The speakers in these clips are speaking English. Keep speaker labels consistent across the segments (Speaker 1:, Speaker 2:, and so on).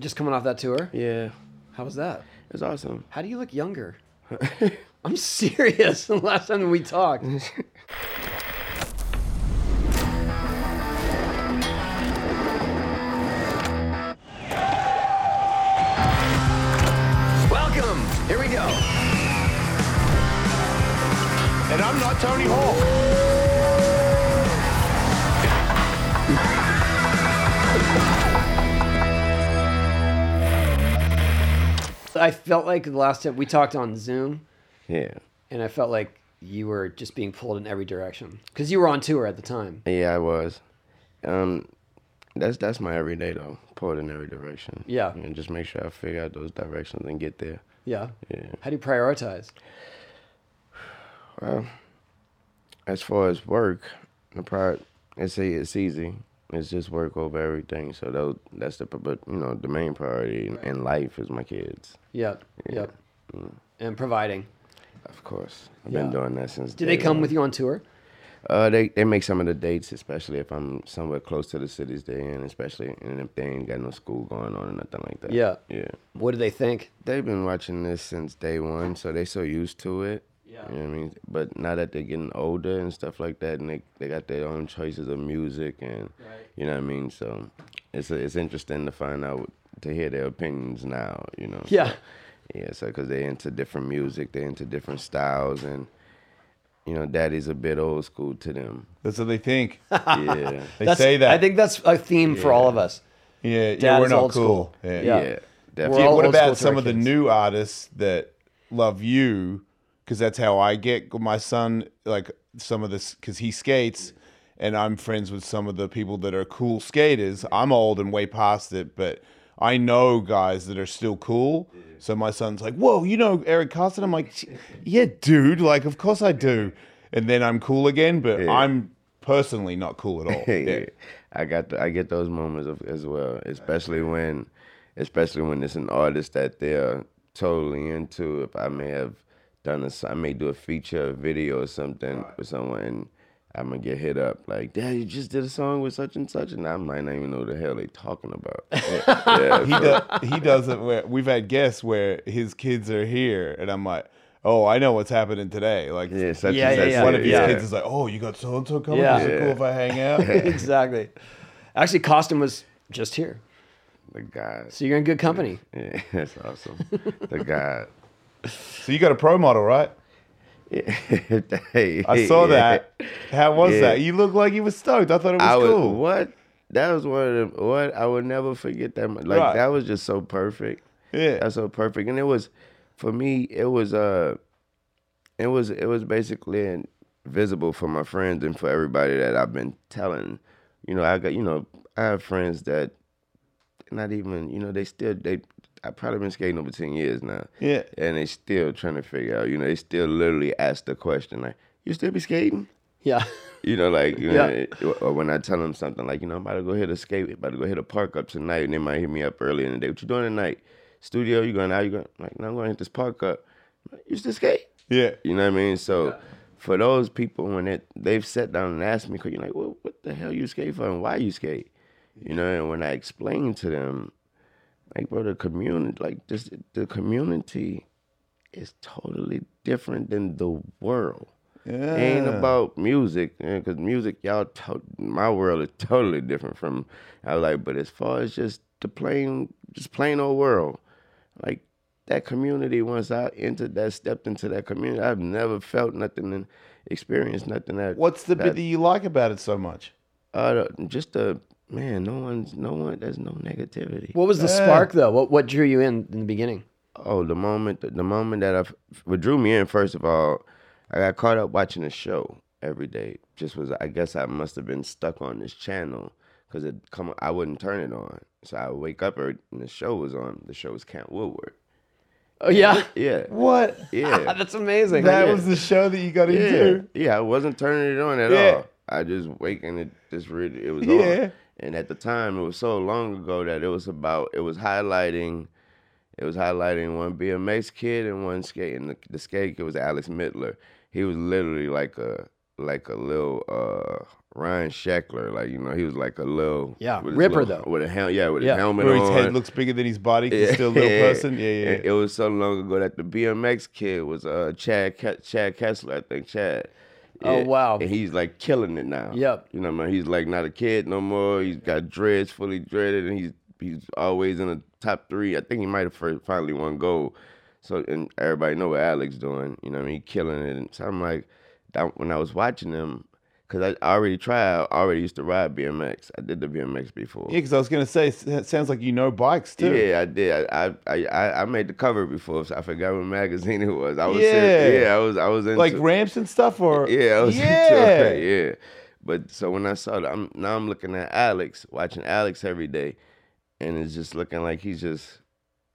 Speaker 1: Just coming off that tour,
Speaker 2: Yeah,
Speaker 1: how was that?
Speaker 2: it was awesome.
Speaker 1: How do you look younger? I'm serious. The last time we talked.
Speaker 3: Welcome. Here we go.
Speaker 4: And I'm not Tony Hawk.
Speaker 1: I felt like the last time we talked on Zoom,
Speaker 2: Yeah,
Speaker 1: and I felt like you were just being pulled in every direction because you were on tour at the time.
Speaker 2: yeah, I was. Um, that's that's my everyday though. Pull it in every direction.
Speaker 1: Yeah.
Speaker 2: and just make sure I figure out those directions and get there.
Speaker 1: Yeah.
Speaker 2: Yeah.
Speaker 1: How do you prioritize?
Speaker 2: As far as work, the prior, I say it's easy. It's just work over everything. So tho- that's the but you know the main priority in, in life is my kids.
Speaker 1: Yep. Yep. And providing.
Speaker 2: Of course, I've
Speaker 1: Yeah.
Speaker 2: been doing that since.
Speaker 1: Do they
Speaker 2: day
Speaker 1: come
Speaker 2: one.
Speaker 1: with you on tour?
Speaker 2: Uh, they they make some of the dates, especially if I'm somewhere close to the cities they're in, especially and if they ain't got no school going on or nothing like that.
Speaker 1: Yeah.
Speaker 2: yeah.
Speaker 1: What do they think?
Speaker 2: They've been watching this since day one, so they so used to it.
Speaker 1: Yeah.
Speaker 2: You know what I mean? But now that they're getting older and stuff like that, and they, they got their own choices of music, and
Speaker 1: Right.
Speaker 2: you know what I mean. So it's it's interesting to find out to hear their opinions now. You know.
Speaker 1: Yeah.
Speaker 2: Yeah, so because they're into different music, they're into different styles, and you know, daddy's a bit old school to them.
Speaker 4: That's what they think.
Speaker 2: Yeah.
Speaker 4: They
Speaker 1: That's-
Speaker 4: say that.
Speaker 1: I think that's a theme for all of us.
Speaker 4: Yeah, yeah,
Speaker 1: Dad
Speaker 4: we're
Speaker 1: is
Speaker 4: not
Speaker 1: old
Speaker 4: cool.
Speaker 1: school.
Speaker 4: Yeah.
Speaker 1: Yeah.
Speaker 2: yeah.
Speaker 1: We're
Speaker 2: definitely.
Speaker 4: Yeah,
Speaker 1: all
Speaker 4: what
Speaker 1: old school
Speaker 4: about
Speaker 1: to
Speaker 4: some
Speaker 1: our
Speaker 4: of the
Speaker 1: kids.
Speaker 4: new artists that love you? Because that's how I get my son. Like some of this, because he skates, and I'm friends with some of the people that are cool skaters. I'm old and way past it, but I know guys that are still cool. So my son's like, "Whoa, you know Eric Carson?" I'm like, "Yeah, dude. Like, of course I do." And then I'm cool again, but I'm personally not cool at all. Yeah.
Speaker 2: I got the, I get those moments of, as well, especially when, especially when it's an artist that they're totally into. If I may have done a, s- I may do a feature, a video, or something with someone. And, I'm gonna get hit up like, Dad, you just did a song with such and such, and I might not even know the hell they talking about. Yeah, yeah,
Speaker 4: he does he does it where we've had guests where his kids are here and I'm like, Oh, I know what's happening today. Like
Speaker 2: yeah, such
Speaker 1: Yeah,
Speaker 2: and
Speaker 1: yeah,
Speaker 2: such.
Speaker 1: yeah.
Speaker 4: one of his
Speaker 2: yeah.
Speaker 4: kids is like, Oh, you got so and so coming?
Speaker 1: Yeah.
Speaker 4: Is it cool
Speaker 2: Yeah.
Speaker 4: if I hang out?
Speaker 1: exactly. Actually, Costin was just here,
Speaker 2: the guy.
Speaker 1: so you're in good company.
Speaker 2: Yeah, that's awesome. the guy.
Speaker 4: so you got a pro model, right?
Speaker 2: hey,
Speaker 4: I saw
Speaker 2: yeah.
Speaker 4: that. How was
Speaker 2: Yeah.
Speaker 4: that? You looked like you were stoked. I thought it was
Speaker 2: I was
Speaker 4: cool.
Speaker 2: what? That was one of the what I would never forget that. mo- Like
Speaker 4: Right.
Speaker 2: that was just so perfect.
Speaker 4: Yeah.
Speaker 2: that's so perfect. And it was for me. It was uh, it was it was basically visible for my friends and for everybody that I've been telling. You know, I got you know I have friends that not even you know they still they I probably been skating over ten years now.
Speaker 4: Yeah.
Speaker 2: and they still trying to figure out. You know, they still literally ask the question like, "You still be skating?"
Speaker 1: Yeah.
Speaker 2: You know, like you
Speaker 1: Yeah.
Speaker 2: know, or when I tell them something like, you know, I'm about to go hit a skate, about to go hit a park up tonight, and they might hit me up early in the day. What you doing tonight? Studio? You going out? You going? Like, no, I'm going to hit this park up. You still skate?
Speaker 4: Yeah.
Speaker 2: You know what I mean? So for those people, when it, they've sat down and asked me, you you're like, well, what the hell you skate for and why you skate? You know, and when I explain to them, like, bro, the community, like, just the community is totally different than the world.
Speaker 4: Yeah.
Speaker 2: Ain't about music, because music, y'all, to- my world is totally different from. I was like, but as far as just the plain, just plain old world, like that community. Once I entered that, stepped into that community, I've never felt nothing and experienced nothing that.
Speaker 4: What's the bit
Speaker 2: that-
Speaker 4: that you like about it so much?
Speaker 2: uh, just the man? No one's, no one. There's no negativity.
Speaker 1: What was the spark though? What what drew you in in the beginning?
Speaker 2: Oh, the moment the moment that I f- what drew me in first of all, I got caught up watching a show every day. Just was I guess I must have been stuck on this channel because it come I wouldn't turn it on. So I would wake up early and the show was on. The show was Camp Woodward.
Speaker 1: Oh yeah.
Speaker 2: Yeah,
Speaker 4: What?
Speaker 2: yeah,
Speaker 1: That's amazing.
Speaker 4: That
Speaker 2: yeah.
Speaker 4: was the show that you got
Speaker 2: yeah,
Speaker 4: into.
Speaker 2: yeah. I wasn't turning it on at
Speaker 4: Yeah.
Speaker 2: all. I just waking it just really it was
Speaker 4: Yeah.
Speaker 2: on. And at the time, it was so long ago that it was about it was highlighting. It was highlighting one BMX kid and one skate, and the, the skate kid was Alex Midler. He was literally like a like a little uh, Ryan Sheckler, like you know, he was like a little
Speaker 1: Yeah,
Speaker 2: with his
Speaker 1: Ripper,
Speaker 2: little-
Speaker 1: though.
Speaker 2: with a hel- yeah with
Speaker 1: Yeah.
Speaker 2: his helmet
Speaker 4: Where his
Speaker 2: on.
Speaker 4: head looks bigger than his body. 'cause He's still a little person. Yeah, yeah.
Speaker 2: And it was so long ago that the BMX kid was uh Chad Ke- Chad Kessler, I think Chad.
Speaker 1: Oh, wow.
Speaker 2: And he's like killing it now.
Speaker 1: Yep.
Speaker 2: You know, man, he's like not a kid no more. He's got dreads, fully dreaded, and he's he's always in the top three. I think he might have first, finally won gold. So and everybody know what Alex doing. You know, what I mean, he killing it. And so I'm like, that, when I was watching him, because I already tried, I already used to ride BMX. I did the BMX before.
Speaker 4: Yeah, because I was gonna say, s- it sounds like you know bikes too.
Speaker 2: Yeah, I did. I I- I, I I made the cover before, so I forgot what magazine it was. I was
Speaker 4: Yeah.
Speaker 2: serious. yeah, I was I was into
Speaker 4: Like ramps and stuff, or
Speaker 2: yeah, I was
Speaker 4: Yeah.
Speaker 2: into it. yeah. But so when I saw that, I'm now I'm looking at Alex, watching Alex every day, and it's just looking like he's just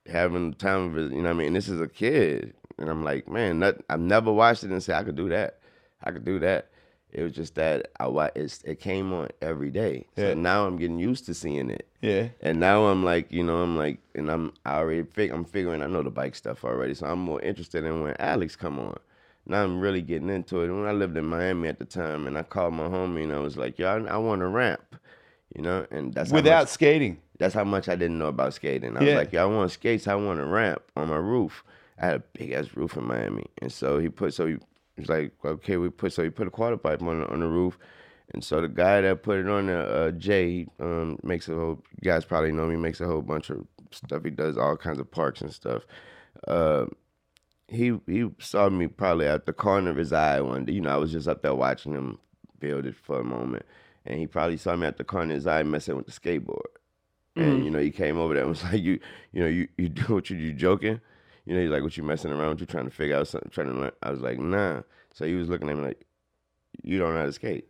Speaker 2: having the time of his. You know what I mean? And this is a kid, and I'm like, man, that, I've never watched it and said I could do that. I could do that. It was just that I wa- it's, it came on every day.
Speaker 4: Yeah.
Speaker 2: So now I'm getting used to seeing it.
Speaker 4: yeah.
Speaker 2: And now I'm like, you know, I'm like, and I'm I already fig- I'm figuring I know the bike stuff already, so I'm more interested in when Alex come on. Now I'm really getting into it. And when I lived in Miami at the time, and I called my homie, and I was like, yo, I, I want a ramp, you know, and that's how
Speaker 4: Without
Speaker 2: much,
Speaker 4: skating.
Speaker 2: that's how much I didn't know about skating. I
Speaker 4: Yeah.
Speaker 2: was like, yo, I want skates, I want a ramp on my roof. I had a big ass roof in Miami, and so he put so he was like, okay, we put so he put a quarter pipe on the, on the roof. And so the guy that put it on there, uh, Jay, um, makes a whole. You guys probably know him. He makes a whole bunch of stuff. He does all kinds of parks and stuff. Uh, he he saw me probably at the corner of his eye one day. You know, I was just up there watching him build it for a moment, and he probably saw me at the corner of his eye messing with the skateboard.
Speaker 1: Mm-hmm.
Speaker 2: And you know, he came over there and was like, "You, you know, you you do what you you joking." You know, he's like, "What you messing around? What you trying to figure out something? Trying to learn?" I was like, "Nah." So he was looking at me like, "You don't know how to skate."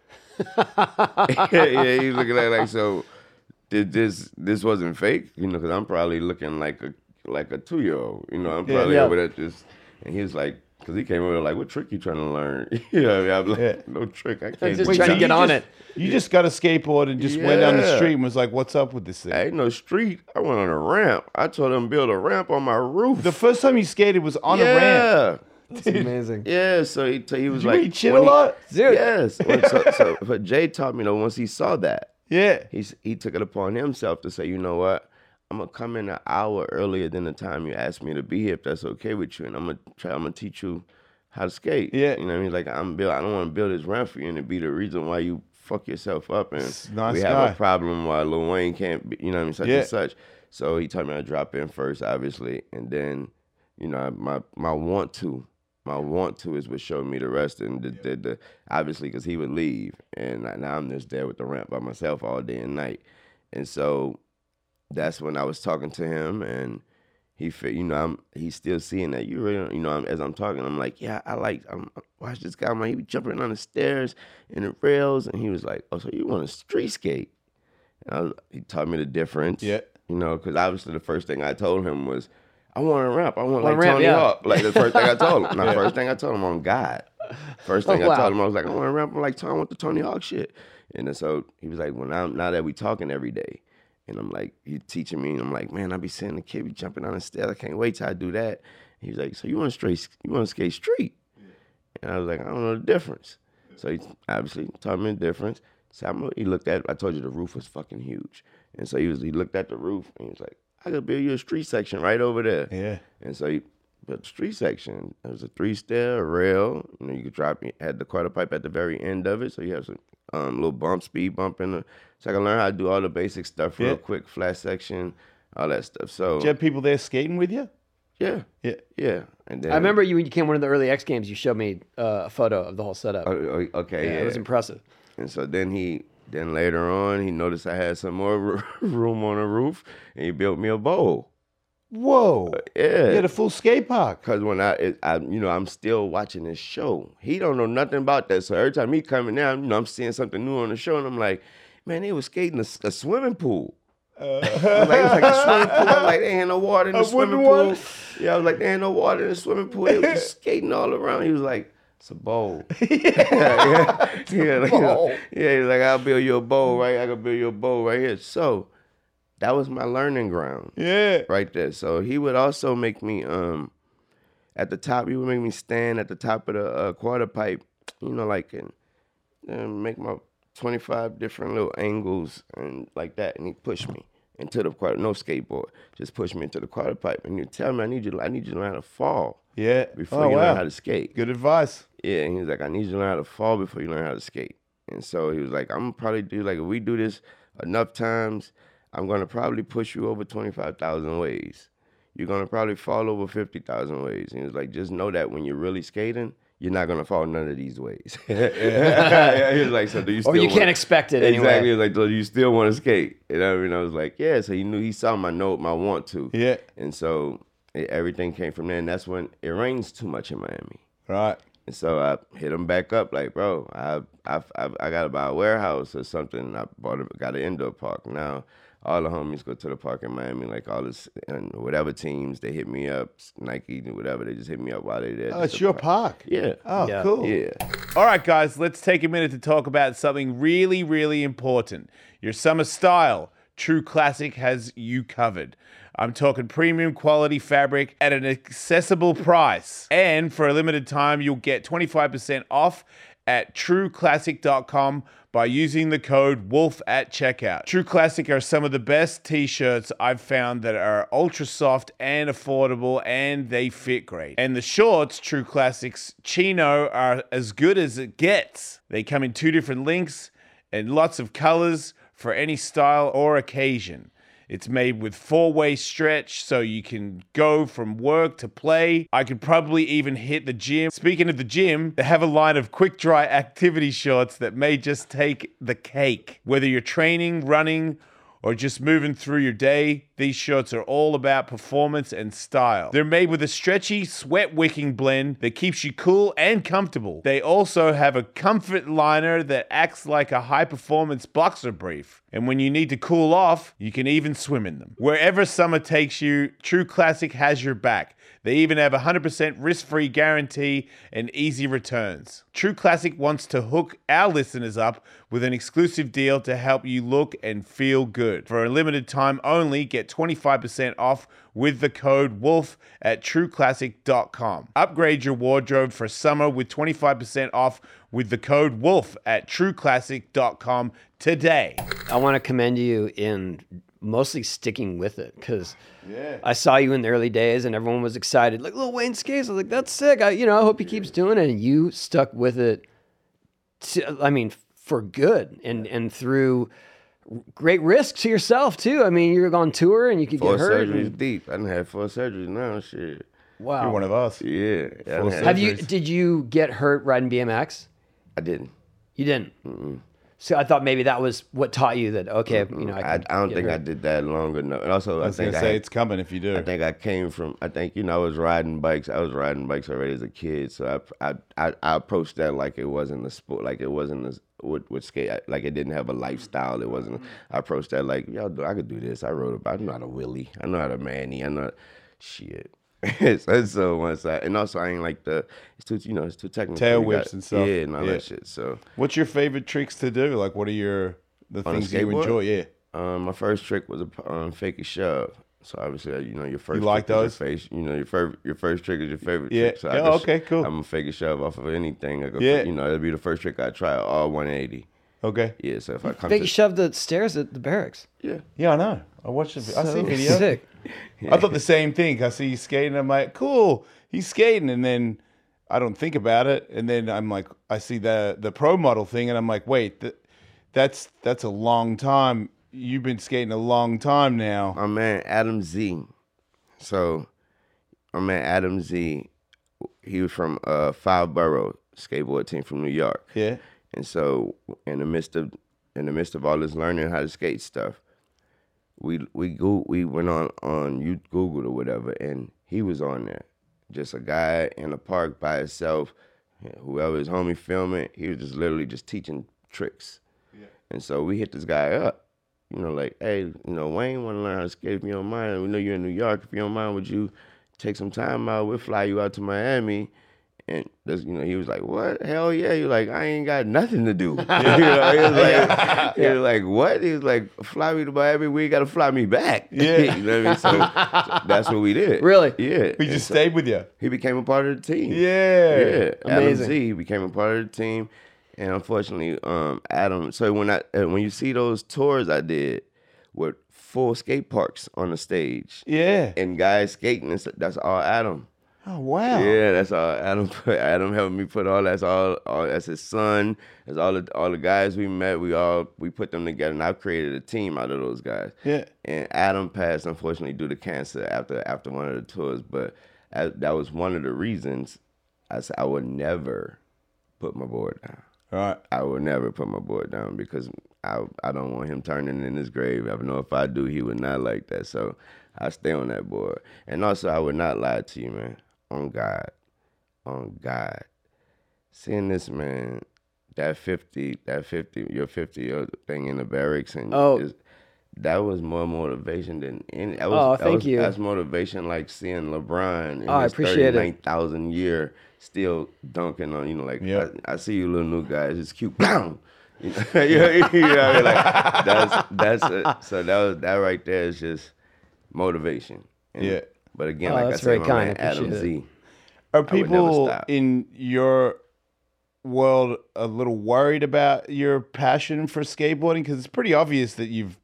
Speaker 2: yeah, yeah, he was looking at it like so. Did this this wasn't fake, you know? Because I'm probably looking like a like a two year old, you know. I'm
Speaker 4: Yeah,
Speaker 2: probably
Speaker 1: yeah.
Speaker 2: over there just, and he was like, because he came over like, what trick you trying to learn? you know, what I mean? I'm like,
Speaker 4: Yeah.
Speaker 2: no trick, I can't.
Speaker 1: just
Speaker 2: do
Speaker 1: trying to
Speaker 2: that."
Speaker 1: get
Speaker 4: you
Speaker 1: on
Speaker 4: just- You just got a skateboard and just went down the
Speaker 2: Yeah.
Speaker 4: street and was like, "What's up with this thing?"
Speaker 2: I ain't no street. I went on a ramp. I told him build a ramp on my roof.
Speaker 4: The first time you skated was on
Speaker 2: yeah.
Speaker 4: a ramp.
Speaker 1: It's amazing.
Speaker 2: Yeah, so he, so he was
Speaker 4: Did you
Speaker 2: like,
Speaker 4: really shit
Speaker 2: when
Speaker 4: a
Speaker 2: he-
Speaker 4: lot?
Speaker 1: Dude.
Speaker 2: Yes. When- so, so, but Jay taught me though, once he saw that,
Speaker 4: Yeah.
Speaker 2: he s- he took it upon himself to say, you know what, I'm gonna come in an hour earlier than the time you asked me to be here, if that's okay with you, and I'm gonna try, I'm gonna teach you how to skate.
Speaker 4: Yeah.
Speaker 2: you know what I mean. Like I'm build, I don't want to build this ramp for you and it be the reason why you fuck yourself up and
Speaker 4: It's a nice
Speaker 2: we have
Speaker 4: guy.
Speaker 2: a problem why Lil Wayne can't be, you know what I mean, such
Speaker 4: Yeah.
Speaker 2: and such. So he told me I drop in first, obviously, and then, you know, my my want to. My want to is what showed me the rest, and the, the, the obviously because he would leave, and I- now I'm just there with the ramp by myself all day and night, and so that's when I was talking to him, and he, fi- you know, I'm he's still seeing that you really, don't- you know, I'm, as I'm talking, I'm like, yeah, I like, I'm watch this guy, man, he be jumping on the stairs and the rails, and he was like, oh, so you want to street skate? And I was, he taught me the difference,
Speaker 4: Yeah.
Speaker 2: you know, because obviously the first thing I told him was, I want to rap, I want
Speaker 1: Wanna
Speaker 2: like
Speaker 1: rap,
Speaker 2: Tony
Speaker 1: yeah.
Speaker 2: Hawk, like the first thing I told him. Now, first thing I told him on God. First thing
Speaker 1: Oh, wow.
Speaker 2: I told him, I was like, I want to rap. I'm like, Tony, I want the Tony Hawk shit. And then so he was like, well, now, now that we talking every day, and I'm like, you teaching me, and I'm like, man, I be seeing the kid be jumping down the stairs. I can't wait till I do that. He was like, so you want to straight, you want to skate street? And I was like, I don't know the difference. So he obviously taught me the difference. So I'm, he looked at, I told you the roof was fucking huge. And so he was, he looked at the roof and he was like, I could build you a street section right over there.
Speaker 4: Yeah.
Speaker 2: And so you built the street section. There was a three stair, a rail. You know, you could drop had the quarter pipe at the very end of it. So you have some um, little bump, speed bump in the so I can learn how to do all the basic stuff real
Speaker 4: Yeah.
Speaker 2: quick, flat section, all that stuff. So
Speaker 4: Did you have people there skating with you?
Speaker 2: yeah.
Speaker 4: Yeah.
Speaker 2: Yeah. And then
Speaker 1: I remember you when you came one of the early X Games. You showed me uh, a photo of the whole setup.
Speaker 2: Oh, oh, okay,
Speaker 1: yeah,
Speaker 2: yeah.
Speaker 1: It was impressive.
Speaker 2: And so then he, then later on, he noticed I had some more room on the roof, and he built me a bowl.
Speaker 4: Whoa.
Speaker 2: Uh, Yeah,
Speaker 4: You had a full skate park.
Speaker 2: Cause when I, it, I, you know, I'm still watching this show. He don't know nothing about that. So every time he coming down, you know, I'm seeing something new on the show, and I'm like, man, they was skating a, s- a swimming pool. I was like, it was like a swimming pool. I'm like, they ain't no water in the
Speaker 4: A wooden
Speaker 2: swimming pool.
Speaker 4: one?
Speaker 2: Yeah, I was like, they ain't no water in the swimming pool. They was just skating all around. He was like, it's a bowl. yeah, yeah, yeah, like, you know,
Speaker 1: bowl.
Speaker 2: yeah, he's like, I'll build you a bowl, right? I can build you a bowl right here. So that was my learning ground
Speaker 4: Yeah.
Speaker 2: right there. So he would also make me um at the top. He would make me stand at the top of the uh, quarter pipe, you know, like and and make my 25 different little angles and like that. And he pushed me into the quarter, no skateboard, just pushed me into the quarter pipe. And he tell me, I need you, I need you to learn how to fall
Speaker 4: Yeah.
Speaker 2: before
Speaker 4: oh,
Speaker 2: you
Speaker 4: wow.
Speaker 2: learn how to skate.
Speaker 4: Good advice.
Speaker 2: Yeah, and he was like, I need you to learn how to fall before you learn how to skate. And so he was like, I'm gonna probably do like if we do this enough times, I'm gonna probably push you over twenty five thousand ways. You're gonna probably fall over fifty thousand ways. And he was like, just know that when you're really skating, you're not gonna fall none of these ways. he was like, so do you? Still
Speaker 1: Or you
Speaker 2: wanna-"
Speaker 1: can't expect it anyway.
Speaker 2: Exactly. He was like, so do you still want to skate? And I mean, I was like, yeah. So he knew he saw my note, my want to.
Speaker 4: Yeah.
Speaker 2: And so it, everything came from there. And that's when it rains too much in Miami.
Speaker 4: Right.
Speaker 2: And so I hit him back up like, bro, I I I, I got to buy a warehouse or something. And I bought a, got an indoor park. Now all the homies go to the park in Miami, like all this and whatever teams they hit me up, Nike whatever they just hit me up while they there.
Speaker 4: Oh,
Speaker 2: Just
Speaker 4: it's
Speaker 2: a
Speaker 4: your
Speaker 2: park.
Speaker 4: park.
Speaker 2: Yeah.
Speaker 4: Oh,
Speaker 1: Yeah.
Speaker 4: cool.
Speaker 2: Yeah.
Speaker 4: All right, guys, let's take a minute to talk about something really, really important. Your summer style, True Classic has you covered. I'm talking premium quality fabric at an accessible price. And for a limited time, you'll get 25% off at trueclassic.com by using the code WOLF at checkout. True Classic are some of the best t shirts I've found that are ultra soft and affordable and they fit great. And the shorts, True Classics Chino, are as good as it gets. They come in two different lengths and lots of colors for any style or occasion. It's made with four way stretch, so you can go from work to play. I could probably even hit the gym. Speaking of the gym, they have a line of quick dry activity shorts that may just take the cake. Whether you're training, running, or just moving through your day, these shorts are all about performance and style. They're made with a stretchy, sweat wicking blend that keeps you cool and comfortable. They also have a comfort liner that acts like a high performance boxer brief. And when you need to cool off, you can even swim in them. Wherever summer takes you, True Classic has your back. They even have a 100% risk free guarantee and easy returns. True Classic wants to hook our listeners up with an exclusive deal to help you look and feel good. For a limited time only, get 25% off with the code WOLF at trueclassic.com. Upgrade your wardrobe for summer with 25% off with the code WOLF at trueclassic.com today.
Speaker 1: I want to commend you in mostly sticking with it because I saw you in the early days and everyone was excited, like Lil Wayne skates. I was like, that's sick. I, you know, I hope he keeps doing it. And you stuck with it. To, I mean, for good and and through great risk to yourself too. I mean, you're on tour and you could
Speaker 2: Four
Speaker 1: get hurt.
Speaker 2: surgeries
Speaker 1: and-
Speaker 2: deep. I done had four surgeries now. Shit.
Speaker 1: wow.
Speaker 4: of us.
Speaker 2: Yeah. I done
Speaker 4: Four
Speaker 2: had-
Speaker 1: Have you?
Speaker 4: surgeries.
Speaker 1: Did you get hurt riding BMX?
Speaker 2: I didn't.
Speaker 1: You didn't. So I thought maybe that was what taught you that. Okay, you know, I,
Speaker 2: I, I
Speaker 1: can
Speaker 2: don't
Speaker 1: get
Speaker 2: think I
Speaker 1: hurt.
Speaker 2: did that long enough. And also, I,
Speaker 4: I was going
Speaker 2: think
Speaker 4: to
Speaker 2: I
Speaker 4: say
Speaker 2: had-
Speaker 4: it's coming if you do.
Speaker 2: I think I came from. I think you know I was riding bikes. I was riding bikes already as a kid, so I I I, I approached that like it wasn't a sport, like it wasn't a with, with skate, I- like it didn't have a lifestyle. It wasn't. I approached that like y'all do. I could do this. I rode a. I know how to wheelie. I know how to manny. I know shit. so, so once I and also I ain't like the it's too you know it's too technical.
Speaker 4: Tail
Speaker 2: You
Speaker 4: whips and stuff.
Speaker 2: Yeah, and all
Speaker 4: Yeah.
Speaker 2: that shit. So
Speaker 4: What's your favorite tricks to do? Like, what are your the
Speaker 2: a
Speaker 4: things you
Speaker 2: skateboard?
Speaker 4: enjoy? Yeah.
Speaker 2: Um, my first trick was a um, fake a shove. So obviously, uh, you know your first
Speaker 4: like
Speaker 2: trick
Speaker 4: those?
Speaker 2: is your face. You know your first your first trick is your favorite.
Speaker 4: Yeah.
Speaker 2: Trick. So I
Speaker 4: Yeah,
Speaker 2: just-
Speaker 4: okay, cool.
Speaker 2: I'm gonna fake a shove off of anything. Like
Speaker 4: Yeah.
Speaker 2: yeah. You know, it'll be the first trick I try. All 180.
Speaker 4: Okay.
Speaker 2: Yeah. So if I come
Speaker 1: Think
Speaker 2: to
Speaker 1: you shoved the stairs at the barracks.
Speaker 2: yeah,
Speaker 4: Yeah, I know. I watched the I see
Speaker 1: So
Speaker 4: video.
Speaker 1: Oh, Sick.
Speaker 4: I thought the same thing. I see you skating. I'm like, cool, he's skating, and then I don't think about it, and then I'm like, I see the the pro model thing, and I'm like, wait, th- that's that's a long time. You've been skating a long time now.
Speaker 2: my man Adam Z. So my man Adam Z. He was from uh Five Borough skateboard team from New York.
Speaker 4: Yeah.
Speaker 2: And so in the midst of in the midst of all this learning how to skate stuff, we we go we went on on you Googled or whatever, and he was on there, just a guy in a park by himself. Whoever his homie filming, he was just literally just teaching tricks. And so we hit this guy up, you know, like, hey, you know, Wayne want to learn how to skate. If you don't mind, we know you're in New York. If you don't mind, would you take some time out? We'll fly you out to Miami. And this, you know, he was like, "What? Hell yeah!" He was like, "I ain't got nothing to do." you know, he was like, he was like, "What?" He was like, "Fly me to Miami. We gotta fly me back."
Speaker 4: Yeah.
Speaker 2: you know what I mean. So, so that's what we did.
Speaker 1: Really?
Speaker 2: Yeah.
Speaker 4: We
Speaker 2: And
Speaker 4: just
Speaker 2: so-
Speaker 4: stayed with you.
Speaker 2: he became a part of the team.
Speaker 4: Yeah.
Speaker 2: Yeah. Adam
Speaker 1: Amazing.
Speaker 2: Z became a part of the team. And unfortunately, um, Adam. So when I uh, when you see those tours I did with full skate parks on the stage
Speaker 4: Yeah.
Speaker 2: and guys skating, it's- that's all Adam.
Speaker 4: Oh wow.
Speaker 2: Yeah, that's all. Adam put, Adam helped me put all that's all, all that's his son. That's all the all the guys we met. We all we put them together, and I created a team out of those guys.
Speaker 4: Yeah.
Speaker 2: And Adam passed unfortunately due to cancer after after one of the tours, but I, that was one of the reasons I said I would never put my board down.
Speaker 4: All right.
Speaker 2: I will never put my board down because I I don't want him turning in his grave. I know if I do, he would not like that. So I stay on that board. And also, I would not lie to you, man. On God, on God, seeing this man, that fifty, that fifty, your fifty year thing in the barracks, and
Speaker 1: Oh.
Speaker 2: just- that was more motivation than any. That was,
Speaker 1: Oh,
Speaker 2: that
Speaker 1: thank
Speaker 2: was-
Speaker 1: you.
Speaker 2: That's motivation, like seeing LeBron in
Speaker 1: Oh, I
Speaker 2: his
Speaker 1: appreciate it.
Speaker 2: 39,000 year still dunking on. You know, like
Speaker 4: Yeah.
Speaker 2: I, I see you little new guys, it's cute. Bam. you know, you know what I mean? Like that's that's a, so that was that right there is just motivation. And-
Speaker 4: Yeah.
Speaker 2: But again,
Speaker 1: Oh,
Speaker 2: like
Speaker 1: that's
Speaker 2: I
Speaker 1: very
Speaker 2: said, my
Speaker 1: kind.
Speaker 2: man
Speaker 1: I appreciate
Speaker 2: Adam
Speaker 1: it.
Speaker 2: Z.
Speaker 4: Are
Speaker 2: never
Speaker 4: people
Speaker 2: stop.
Speaker 4: in your world a little worried about your passion for skateboarding? Because it's pretty obvious that you've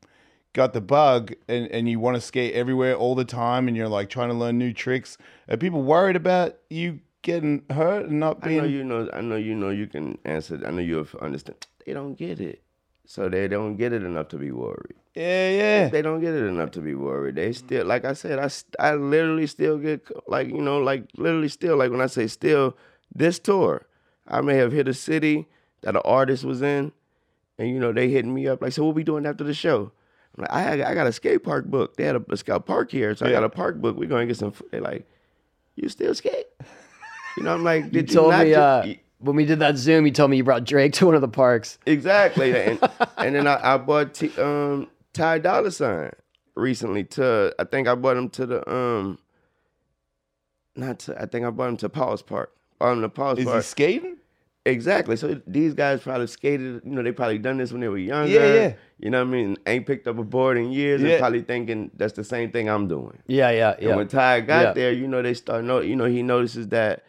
Speaker 4: got the bug and, and you want to skate everywhere all the time and you're like trying to learn new tricks. Are people worried about you getting hurt and not
Speaker 2: I know
Speaker 4: being
Speaker 2: you know. I know you know. You can answer. I know you understand. They don't get it, so they don't get it enough to be worried.
Speaker 4: Yeah, yeah.
Speaker 2: they don't get it enough to be worried. They still, like I said, I, st- I literally still get, like, you know, like literally still, like when I say still, this tour, I may have hit a city that an artist was in, and, you know, they hitting me up, like, so what we doing after the show? I'm like, I, I got a skate park book. They had a, it's got a park here, so I got a park book. We're going to get some, f-" they like, you still skate? You know, I'm like,
Speaker 1: You
Speaker 2: did you,
Speaker 1: told
Speaker 2: not
Speaker 1: me
Speaker 2: ju-
Speaker 1: uh,
Speaker 2: y-
Speaker 1: when we did that Zoom, you told me you brought Drake to one of the parks.
Speaker 2: Exactly. And, and then I, I bought t- um, Ty Dolla Sign recently to I think I bought him to the um not to I think I bought him to Paul's Park. Bought him to Paul's
Speaker 4: Is he
Speaker 2: Park.
Speaker 4: skating?
Speaker 2: Exactly. So these guys probably skated, you know, they probably done this when they were younger.
Speaker 4: yeah.
Speaker 2: You know what I mean? Ain't picked up a board in years
Speaker 4: Yeah.
Speaker 2: and probably thinking that's the same thing I'm doing.
Speaker 1: Yeah, yeah,
Speaker 2: And
Speaker 1: yeah.
Speaker 2: when Ty got
Speaker 1: Yeah.
Speaker 2: there, you know, they start no you know, he notices that,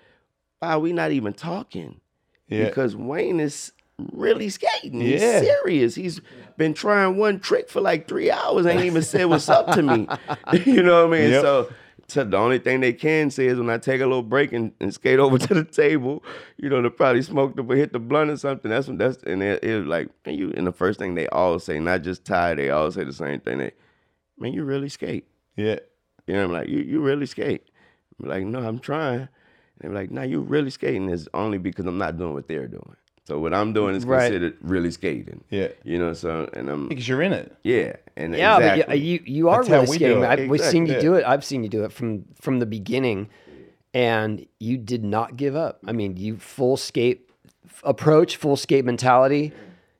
Speaker 2: wow, we not even talking
Speaker 4: Yeah.
Speaker 2: because Wayne is really skating. He's
Speaker 4: Yeah.
Speaker 2: serious. He's been trying one trick for like three hours. Ain't even said what's up to me. you know what I mean?
Speaker 4: Yep.
Speaker 2: So, so the only thing they can say is when I take a little break and, and skate over to the table, you know, they probably smoked up or hit the blunt or something. That's when that's and it, it was like man, you. And the first thing they all say, not just Ty, they all say the same thing. They, man, you really skate.
Speaker 4: yeah.
Speaker 2: You know, I'm like, you, you really skate? I'm like, no, I'm trying. And they're like, no, you really skating is only because I'm not doing what they're doing. So what I'm doing is
Speaker 1: Right.
Speaker 2: considered really skating.
Speaker 4: Yeah.
Speaker 2: You know, so and I'm
Speaker 4: Because you're in it.
Speaker 2: yeah, and
Speaker 1: Yeah, but
Speaker 2: exactly.
Speaker 1: you, you you are
Speaker 4: That's how
Speaker 1: really
Speaker 4: we do
Speaker 1: skating.
Speaker 4: it.
Speaker 1: I, We've seen you
Speaker 4: Exactly.
Speaker 1: do it. I've seen you do it from from the beginning, and you did not give up. I mean, you full skate f- approach, full skate mentality.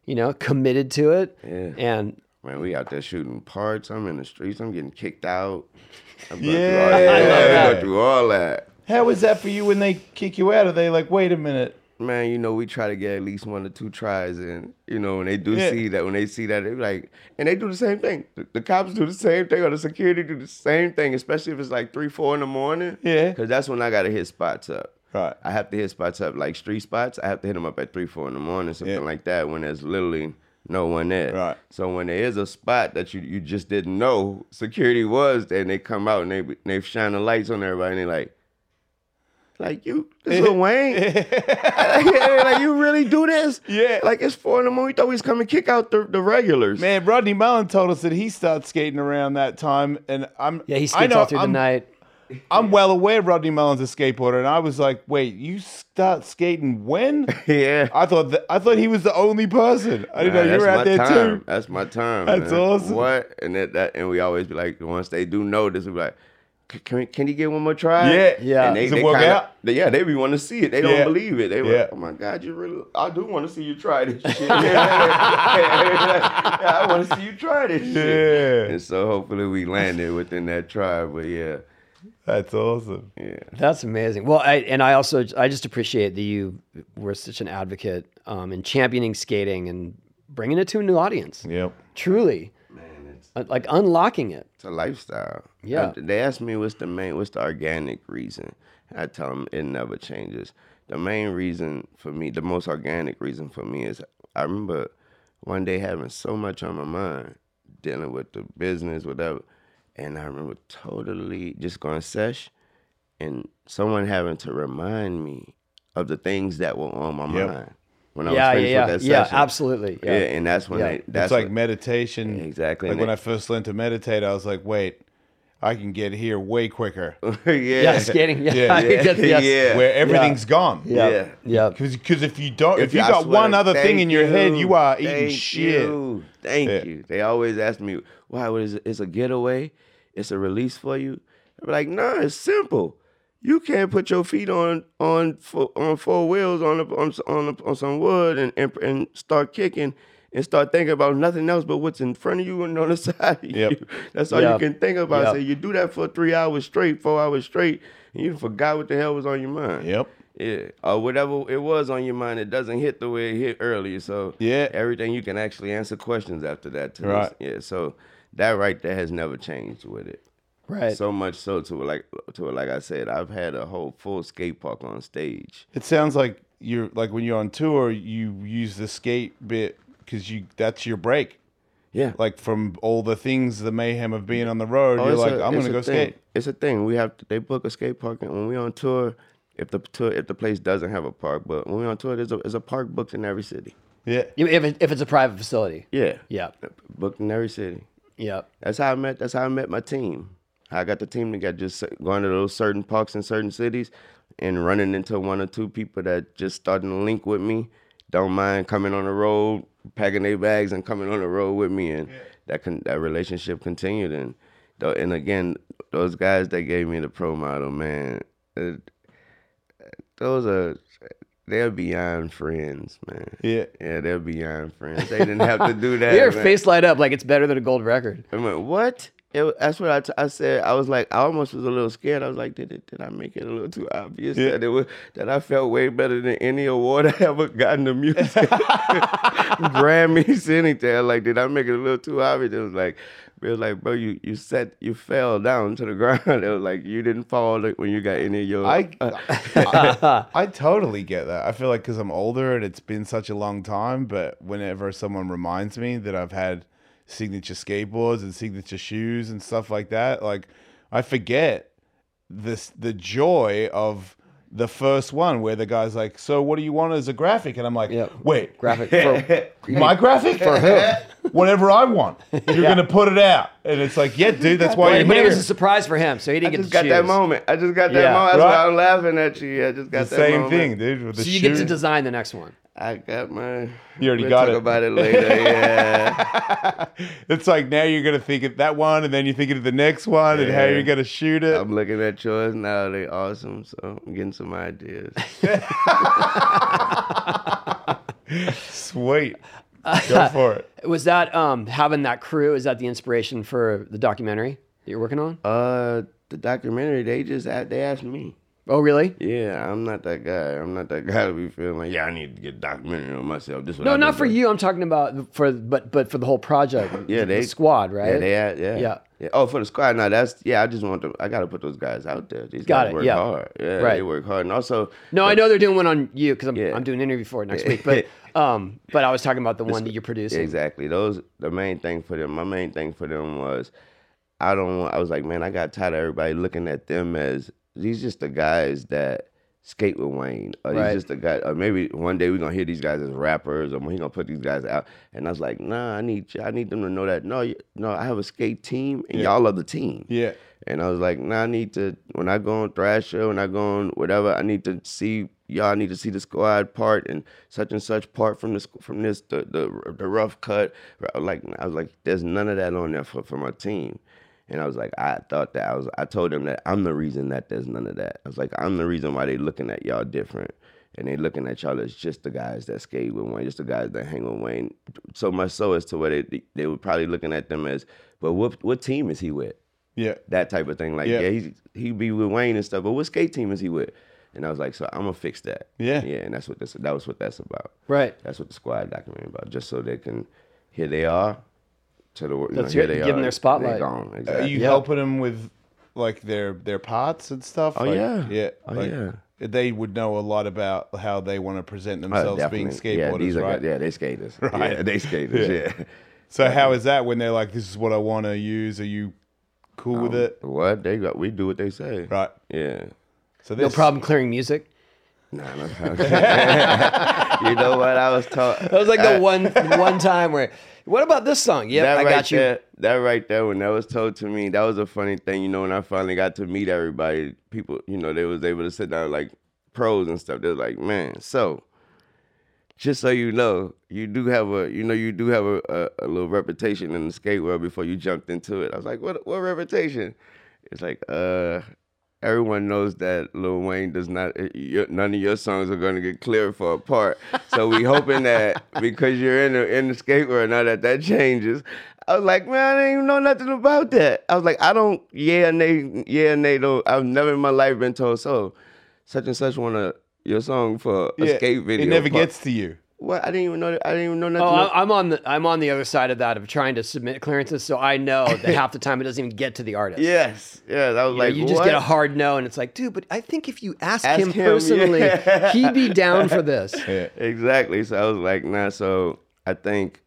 Speaker 1: You know, committed to it, and
Speaker 2: Man, we out there shooting parts. I'm in the streets. I'm getting kicked out. I'm going
Speaker 4: Yeah.
Speaker 2: through all that.
Speaker 4: I love
Speaker 2: I'm
Speaker 4: that.
Speaker 2: going through all that.
Speaker 4: How is that for you when they kick you out? Are they like, wait a minute?
Speaker 2: man, you know, we try to get at least one or two tries, and you know, when they do
Speaker 4: Yeah.
Speaker 2: see that, when they see that, they like, and they do the same thing. The, the cops do the same thing, or the security do the same thing, especially if it's like three, four in the morning.
Speaker 4: Yeah.
Speaker 2: because that's when I gotta hit spots up.
Speaker 4: Right.
Speaker 2: I have to hit spots up, like street spots. I have to hit them up at three, four in the morning, something
Speaker 4: Yeah.
Speaker 2: like that, when there's literally no one there.
Speaker 4: Right.
Speaker 2: So when there is a spot that you you just didn't know security was, there, and they come out and they they shine the lights on everybody, and they like. Like you, this Lil Wayne. Yeah, like you really do this?
Speaker 4: Yeah.
Speaker 2: Like it's four in the morning. You thought we was coming kick out the, the regulars.
Speaker 4: Man, Rodney Mullen told us that he started skating around that time, and I'm
Speaker 1: yeah, he
Speaker 4: I
Speaker 1: skates
Speaker 4: know
Speaker 1: all through
Speaker 4: I'm-
Speaker 1: the night.
Speaker 4: I'm well aware Rodney Mullen's a skateboarder, and I was like, wait, you start skating when?
Speaker 2: Yeah.
Speaker 4: I thought that, I thought he was the only person. I
Speaker 2: Nah,
Speaker 4: didn't know you
Speaker 2: that's
Speaker 4: were
Speaker 2: my
Speaker 4: out there
Speaker 2: time.
Speaker 4: too.
Speaker 2: That's my time.
Speaker 4: That's
Speaker 2: man.
Speaker 4: awesome.
Speaker 2: What? And that, that and we always be like, once they do notice, we be like, "C- can, we- can you get one more try?
Speaker 4: Yeah.
Speaker 1: Yeah.
Speaker 2: And they,
Speaker 4: Does it
Speaker 2: they
Speaker 4: work
Speaker 2: kinda,
Speaker 4: out?
Speaker 2: They, yeah, they be want to see it. They don't
Speaker 4: Yeah.
Speaker 2: believe it. They were
Speaker 4: Yeah.
Speaker 2: like, oh my God, you really, I do want to see you try this shit. yeah, I want to see you try this shit.
Speaker 4: Yeah,
Speaker 2: And so hopefully we landed within that try. But yeah,
Speaker 4: that's awesome.
Speaker 2: yeah.
Speaker 1: That's amazing. Well, I and I also I just appreciate that you were such an advocate um, in championing skating and bringing it to a new audience.
Speaker 4: Yep.
Speaker 1: Truly,
Speaker 2: Man, it's
Speaker 1: Uh, like unlocking it.
Speaker 2: It's a lifestyle.
Speaker 1: Yeah.
Speaker 2: Uh, They ask me what's the main, what's the organic reason. I tell them it never changes. the main reason for me, the most organic reason for me is I remember one day having so much on my mind, dealing with the business, whatever. And I remember totally just going sesh and someone having to remind me of the things that were on my
Speaker 4: Yep.
Speaker 2: mind when I
Speaker 1: yeah,
Speaker 2: was finished
Speaker 1: yeah, yeah,
Speaker 2: with that
Speaker 1: yeah,
Speaker 2: session.
Speaker 1: absolutely.
Speaker 2: Yeah,
Speaker 1: Yeah,
Speaker 2: and that's when
Speaker 1: Yeah.
Speaker 2: they, that's
Speaker 4: it's like
Speaker 2: what-
Speaker 4: meditation.
Speaker 2: Exactly.
Speaker 4: Like
Speaker 2: And
Speaker 4: when
Speaker 2: it-
Speaker 4: I first learned to meditate, I was like, wait, I can get here way quicker.
Speaker 2: yeah,
Speaker 1: yeah, skating. Yeah,
Speaker 4: Yeah,
Speaker 2: yeah,
Speaker 1: Yes, yes.
Speaker 2: yeah.
Speaker 4: Where everything's gone.
Speaker 1: yeah,
Speaker 2: Yeah.
Speaker 1: yeah.
Speaker 4: Because if you don't, if,
Speaker 2: If
Speaker 4: you
Speaker 2: I
Speaker 4: got
Speaker 2: swear,
Speaker 4: one other thing
Speaker 2: thank
Speaker 4: in your head, you are eating
Speaker 2: Thank
Speaker 4: shit.
Speaker 2: you. Thank
Speaker 4: Yeah.
Speaker 2: you. They always ask me, why what is it? It's a getaway? It's a release for you? I'm like, nah, it's simple. You can't put your feet on on fo- on four wheels on a, on s- on, a, on some wood and, and and start kicking and start thinking about nothing else but what's in front of you and on the side of
Speaker 4: Yep.
Speaker 2: you. That's all
Speaker 1: Yeah.
Speaker 2: you can think about.
Speaker 1: Yeah.
Speaker 2: So you do that for three hours straight, four hours straight, and you forgot what the hell was on your mind.
Speaker 4: Yep.
Speaker 2: Yeah, or whatever it was on your mind, it doesn't hit the way it hit earlier. So
Speaker 4: Yeah.
Speaker 2: everything you can actually answer questions after that. Too.
Speaker 4: Right.
Speaker 2: Yeah. So that right there has never changed with it.
Speaker 1: Right.
Speaker 2: So much so to like to like I said, I've had a whole full skate park on stage.
Speaker 4: It sounds like you're like when you're on tour, you use the skate bit because you that's your break.
Speaker 2: Yeah.
Speaker 4: Like from all the things, the mayhem of being on the road,
Speaker 2: Oh,
Speaker 4: you're
Speaker 2: it's
Speaker 4: like,
Speaker 2: a-
Speaker 4: I'm
Speaker 2: it's
Speaker 4: gonna
Speaker 2: a
Speaker 4: go
Speaker 2: thing.
Speaker 4: skate.
Speaker 2: It's a thing. We have to, they book a skate park, and when we on tour, if the tour if the place doesn't have a park, but when we on tour, there's a there's a park booked in every city.
Speaker 4: Yeah.
Speaker 1: If, it, if it's a private facility.
Speaker 2: Yeah.
Speaker 1: Yeah.
Speaker 2: Booked in every city.
Speaker 1: Yeah.
Speaker 2: That's how I met. That's how I met my team. I got the team together, just going to those certain parks in certain cities, and running into one or two people that just starting to link with me. Don't mind coming on the road, packing their bags, and coming on the road with me, and that con- that relationship continued. And tho- and again, those guys that gave me the pro model, man, uh, those are they're beyond friends, man.
Speaker 4: Yeah.
Speaker 2: Yeah, they're beyond friends. They didn't have to do that.
Speaker 1: Your
Speaker 2: man.
Speaker 1: face light up like it's better than a gold record.
Speaker 2: I went, what? It, wa- that's what I, t- I said. I was like, I almost was a little scared. I was like, did it? Did I make it a little too obvious that it was that I felt way better than any award I ever gotten to music, Grammys, anything? I Like, did I make it a little too obvious? It was like, it was like, bro, you you set you fell down to the ground. It was like you didn't fall like, when you got any of your.
Speaker 4: I, I I totally get that. I feel like because I'm older and it's been such a long time, but whenever someone reminds me that I've had signature skateboards and signature shoes and stuff like that, like I forget this the joy of the first one where the guy's like, "So what do you want as a graphic?" And I'm like,
Speaker 1: Yep.
Speaker 4: "Wait,
Speaker 1: Graphic. For,
Speaker 4: my graphic for who? Whatever I want, you're gonna put it out." And it's like, "Yeah, dude, that's why
Speaker 1: but it
Speaker 4: you're here."
Speaker 1: was a surprise for him, so he
Speaker 2: I
Speaker 1: didn't get
Speaker 2: just
Speaker 1: to
Speaker 2: got
Speaker 1: choose.
Speaker 2: that moment. I just got that
Speaker 1: Yeah.
Speaker 2: moment. That's
Speaker 4: Right.
Speaker 2: why I'm laughing at you. I just got that
Speaker 4: The same
Speaker 2: moment.
Speaker 4: thing, dude. With the
Speaker 1: So you get to
Speaker 4: shoes.
Speaker 1: design the next one.
Speaker 2: I got my.
Speaker 4: You already
Speaker 2: we'll
Speaker 4: got
Speaker 2: talk
Speaker 4: it.
Speaker 2: about it later. Yeah.
Speaker 4: It's like now you're gonna think of that one, and then you're thinking of the next one, and how
Speaker 2: Yeah.
Speaker 4: you're gonna shoot it.
Speaker 2: I'm looking at yours now. They awesome. So I'm getting some ideas.
Speaker 4: Sweet, go for it.
Speaker 1: Was that um, having that crew? Is that the inspiration for the documentary that you're working on?
Speaker 2: uh, the documentary. They just a- they asked me.
Speaker 1: Oh, really?
Speaker 2: Yeah, I'm not that guy. I'm not that guy to be feeling like yeah. I need to get a documentary on myself. This
Speaker 1: No, not for you. I'm talking about for but but for the whole project.
Speaker 2: Yeah,
Speaker 1: the-
Speaker 2: they
Speaker 1: the squad, right?
Speaker 2: Yeah, they a- yeah.
Speaker 1: Yeah.
Speaker 2: yeah. Oh, for the squad. No, that's yeah. I just want to. I gotta put those guys out there. These
Speaker 1: Got
Speaker 2: guys
Speaker 1: it,
Speaker 2: work
Speaker 1: yeah.
Speaker 2: hard. Yeah, they
Speaker 1: Right.
Speaker 2: work hard. And also,
Speaker 1: no, I know they're doing one on you because I'm,
Speaker 2: Yeah.
Speaker 1: I'm doing an interview for it next week. But um, but I was talking about the one that you're producing.
Speaker 2: Exactly. Those the main thing for them. My main thing for them was I don't want I was like, man, I got tired of everybody looking at them as these just the guys that skate with Wayne. Or
Speaker 1: Right.
Speaker 2: these just the guy or maybe one day we're gonna hear these guys as rappers or he gonna put these guys out. And I was like, nah, I need I need them to know that no, y- no, I have a skate team and y'all are the team.
Speaker 4: Yeah,
Speaker 2: And I was like, nah, I need to, when I go on Thrasher, when I go on whatever, I need to see, y'all need to see the squad part and such and such part from this, from this, the, the, the rough cut. Like, I was like, there's none of that on there for, for my team. And I was like, I thought that I was, I told them that I'm the reason that there's none of that. I was like, I'm the reason why they looking at y'all different. And they looking at y'all as just the guys that skate with Wayne, just the guys that hang with Wayne. So much so as to where they, they were probably looking at them as, but what, what team is he with?
Speaker 4: yeah,
Speaker 2: that type of thing. Like,
Speaker 4: Yeah.
Speaker 2: yeah, he he be with Wayne and stuff, but what skate team is he with? And I was like, so I'm gonna fix that.
Speaker 4: Yeah.
Speaker 2: yeah, and that's what this that was what that's about.
Speaker 1: Right.
Speaker 2: That's what the squad documentary about. Just so they can, here they are, to the world.
Speaker 1: That's
Speaker 2: you know,
Speaker 1: it.
Speaker 2: here they
Speaker 1: Give 'em
Speaker 2: are,
Speaker 1: their spotlight.
Speaker 2: They gone.
Speaker 4: Are
Speaker 2: Exactly.
Speaker 4: you helping him with like their their pots and stuff.
Speaker 2: Oh,
Speaker 4: like,
Speaker 2: yeah.
Speaker 4: yeah.
Speaker 2: Oh,
Speaker 4: like,
Speaker 2: yeah.
Speaker 4: They would know a lot about how they want to present
Speaker 2: Oh,
Speaker 4: themselves being
Speaker 2: definitely.
Speaker 4: skateboarders,
Speaker 2: yeah, these are,
Speaker 4: right?
Speaker 2: Yeah, they skaters.
Speaker 4: Right.
Speaker 2: Yeah, they skaters.
Speaker 4: Yeah.
Speaker 2: Yeah.
Speaker 4: So how is that when they're like, "This is what I want to use"? Are you cool with
Speaker 2: Oh.
Speaker 4: it?
Speaker 2: What they got? We do what they say.
Speaker 4: Right.
Speaker 2: Yeah.
Speaker 4: So
Speaker 1: No
Speaker 4: this,
Speaker 1: problem clearing music.
Speaker 2: Nah, no, you know what I was taught.
Speaker 1: That was like the one one time where. What about this song? Yep,
Speaker 2: that
Speaker 1: I
Speaker 2: right
Speaker 1: got you.
Speaker 2: There, that right there, when that was told to me, that was a funny thing. You know, when I finally got to meet everybody, people, you know, they was able to sit down like pros and stuff. They was like, man, so just so you know, you do have a, you know, you do have a, a, a little reputation in the skate world before you jumped into it. I was like, what, what reputation? It's like, uh. Everyone knows that Lil Wayne does not. eh, Your, none of your songs are going to get cleared for a part. So we hoping that because you're in the in the skate world now that that changes. I was like, man, I didn't even know nothing about that. I was like, I don't. Yeah, and they. Yeah, and they don't. I've never in my life been told so. Such and such want a your song for a
Speaker 4: Yeah,
Speaker 2: skate video.
Speaker 4: It never
Speaker 2: part."
Speaker 4: gets to you.
Speaker 2: What I didn't even know. that- I didn't even know nothing.
Speaker 1: Oh,
Speaker 2: about-
Speaker 1: I- I'm on the I'm on the other side of that of trying to submit clearances, so I know that half the time it doesn't even get to the artist.
Speaker 2: yes. Yes. I was
Speaker 1: You know,
Speaker 2: like,
Speaker 1: you just get a
Speaker 2: what?
Speaker 1: hard no, and it's like, dude, but I think if you ask,
Speaker 2: Ask
Speaker 1: him,
Speaker 2: him,
Speaker 1: personally,
Speaker 2: yeah.
Speaker 1: he'd be down for this.
Speaker 4: Yeah.
Speaker 2: exactly. So I was like, nah. So I think,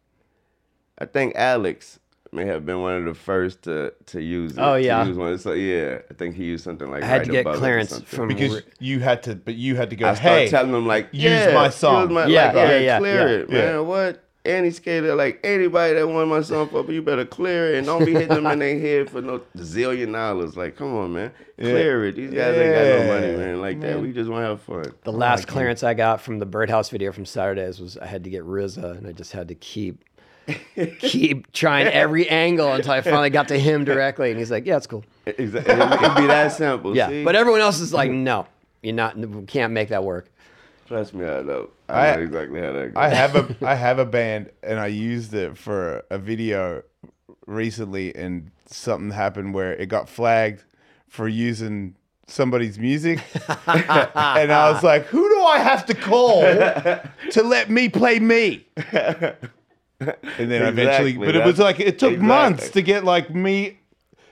Speaker 2: I think Alex may have been one of the first to to use. It,
Speaker 1: Oh,
Speaker 2: to
Speaker 1: yeah.
Speaker 2: use one. So yeah, I think he used something like.
Speaker 1: I had
Speaker 2: right
Speaker 1: to get
Speaker 2: above it or
Speaker 1: clearance
Speaker 2: something.
Speaker 1: from
Speaker 4: Because you had to, but you had to go.
Speaker 2: I started
Speaker 4: Hey,
Speaker 2: telling him like,
Speaker 4: use
Speaker 2: yeah,
Speaker 4: my song.
Speaker 2: use my-
Speaker 1: Yeah,
Speaker 2: like,
Speaker 1: yeah,
Speaker 2: all right,
Speaker 1: yeah,
Speaker 2: clear
Speaker 1: yeah.
Speaker 2: it,
Speaker 4: Yeah.
Speaker 2: man. What? Any skater, like anybody that won my song for, you better clear it and don't be hitting them in their head for no zillion dollars. Like, come on, man, clear it. These guys ain't got no money,
Speaker 4: Yeah.
Speaker 2: man. Like that, we just want to have fun.
Speaker 1: The last clearance Oh, I got from the Birdhouse video from Saturdays was I had to get RZA, and I just had to keep keep trying every angle until I finally got to him directly, and he's like, "Yeah, it's cool."
Speaker 2: Exactly, it'd be that simple.
Speaker 1: Yeah,
Speaker 2: see?
Speaker 1: but everyone else is like, "No, you're not. We can't make that work."
Speaker 2: Trust me, I know. I,
Speaker 4: I-
Speaker 2: know exactly how that goes.
Speaker 4: I have a I have a band and I used it for a video recently and something happened where it got flagged for using somebody's music and I was like, who do I have to call to let me play me? And then eventually
Speaker 2: Exactly,
Speaker 4: but it
Speaker 2: that's-
Speaker 4: was like it took months
Speaker 2: exactly.
Speaker 4: to get like me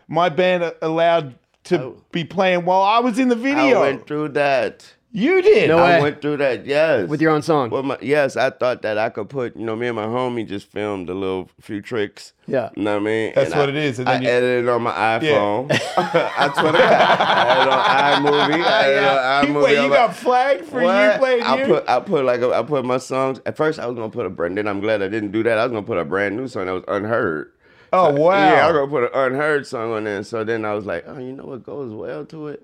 Speaker 4: my band a- allowed to be playing while I was in the
Speaker 2: Oh. I
Speaker 4: video.
Speaker 2: went through that.
Speaker 4: you did.
Speaker 1: No way.
Speaker 2: I went through that. Yes.
Speaker 1: With your own song,
Speaker 2: Well, my, yes, I thought that I could put, you know, me and my homie just filmed a little few tricks.
Speaker 1: Yeah.
Speaker 2: You know what I mean?
Speaker 4: That's
Speaker 2: And
Speaker 4: what
Speaker 2: I-
Speaker 4: it is, and
Speaker 2: I
Speaker 4: then you-
Speaker 2: edited on my iPhone. I swear to God. I edited on iMovie. I edited on
Speaker 4: You-
Speaker 2: iMovie.
Speaker 4: wait,
Speaker 2: I'm
Speaker 4: you
Speaker 2: like,
Speaker 4: got flagged for you
Speaker 2: what?
Speaker 4: playing
Speaker 2: I
Speaker 4: you?
Speaker 2: put I put like a, I put my songs. At first I was gonna put a brand then I'm glad I didn't do that. I was gonna put a brand new song that was unheard.
Speaker 4: Oh wow!
Speaker 2: Yeah, I was gonna put an unheard song on there. So then I was like, oh, you know what goes well to it,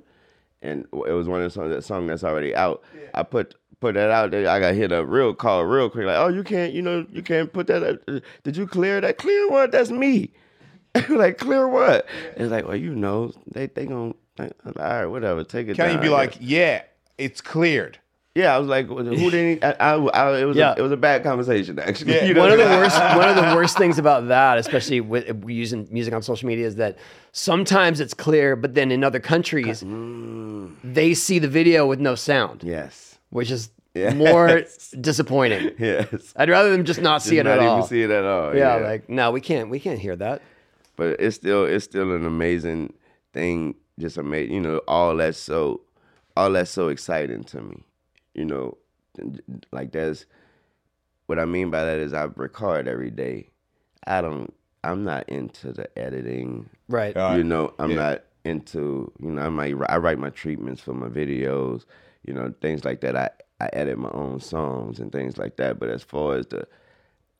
Speaker 2: and it was one of the songs that song that's already out. I put put that out there. I got hit up real call real quick. Like, oh, you can't, you know, you can't put that. Up. Did you clear that? Clear what? That's me. like clear what? It's like, well, you know, they they gonna. All right, whatever. Take it.
Speaker 4: Can you
Speaker 2: down,
Speaker 4: be
Speaker 2: I
Speaker 4: like,
Speaker 2: guess."
Speaker 4: yeah, it's cleared?
Speaker 2: Yeah, I was like, who didn't? e, I, I, I, it was
Speaker 1: Yeah.
Speaker 2: a, it was a bad conversation actually.
Speaker 4: Yeah.
Speaker 2: You know
Speaker 1: one
Speaker 2: what
Speaker 1: of the
Speaker 2: I mean?
Speaker 1: worst one of the worst things about that, especially with using music on social media, is that sometimes it's clear, but then in other countries, they see the video with no sound,
Speaker 2: Mm, Yes.
Speaker 1: which is
Speaker 2: Yes.
Speaker 1: more disappointing.
Speaker 2: Yes.
Speaker 1: I'd rather them just not see
Speaker 2: Did
Speaker 1: it at
Speaker 2: not
Speaker 1: all.
Speaker 2: even see it at all.
Speaker 1: yeah, like no, we can't, we can't hear that.
Speaker 2: but it's still it's still an amazing thing. Just amazing, you know. All that's so, all that's so exciting to me. You know, and, like that's what I mean by that is I record every day. I don't. I'm not into the editing.
Speaker 1: Right.
Speaker 4: Yeah.
Speaker 2: You know, I'm
Speaker 4: Yeah.
Speaker 2: not into. You know, I might I write my treatments for my videos. You know, things like that. I I edit my own songs and things like that. But as far as the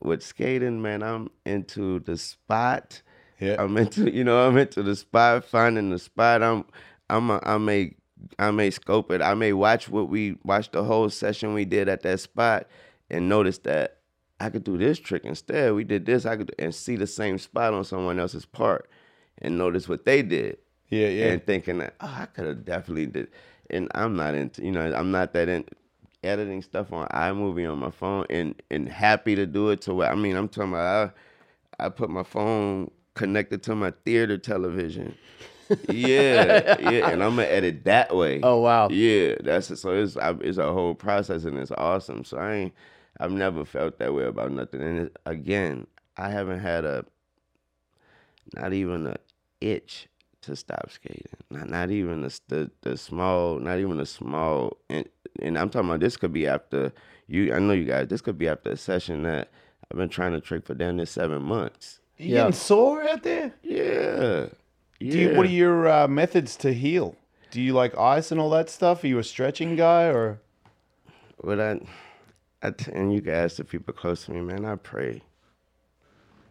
Speaker 2: with skating, man, I'm into the spot.
Speaker 4: Yeah.
Speaker 2: I'm into you know I'm into the spot, finding the spot. I'm I'm a, I may I may scope it. I may watch what we watch the whole session we did at that spot and notice that I could do this trick instead. We did this. I could and see the same spot on someone else's part and notice what they did
Speaker 4: Yeah, yeah.
Speaker 2: and thinking that oh, I could have definitely did. And I'm not into you know I'm not that in editing stuff on iMovie on my phone and and happy to do it to where I mean I'm talking about I, I put my phone connected to my theater television. yeah, yeah, and I'm gonna edit that way.
Speaker 1: Oh, wow.
Speaker 2: Yeah, that's it. So it's I, it's a whole process and it's awesome. So I ain't I've never felt that way about nothing. And it, again, I haven't had a not even a itch to stop skating. Not not even the the, the small, not even the small. And and I'm talking about this could be after you. I know you guys. This could be after a session that I've been trying to trick for damn near seven months.
Speaker 4: You
Speaker 1: Yeah.
Speaker 4: getting sore out there?
Speaker 2: Yeah. yeah.
Speaker 4: Do you, what are your uh, methods to heal? Do you like ice and all that stuff? Are you a stretching guy or?
Speaker 2: But I, I t- and you can ask the people close to me, man. I pray.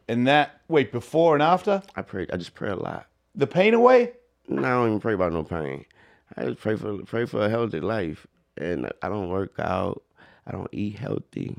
Speaker 4: And that wait before and after
Speaker 2: I pray. I just pray a lot.
Speaker 4: the pain away.
Speaker 2: And I don't even pray about no pain. I just pray for pray for a healthy life. And I don't work out. I don't eat healthy.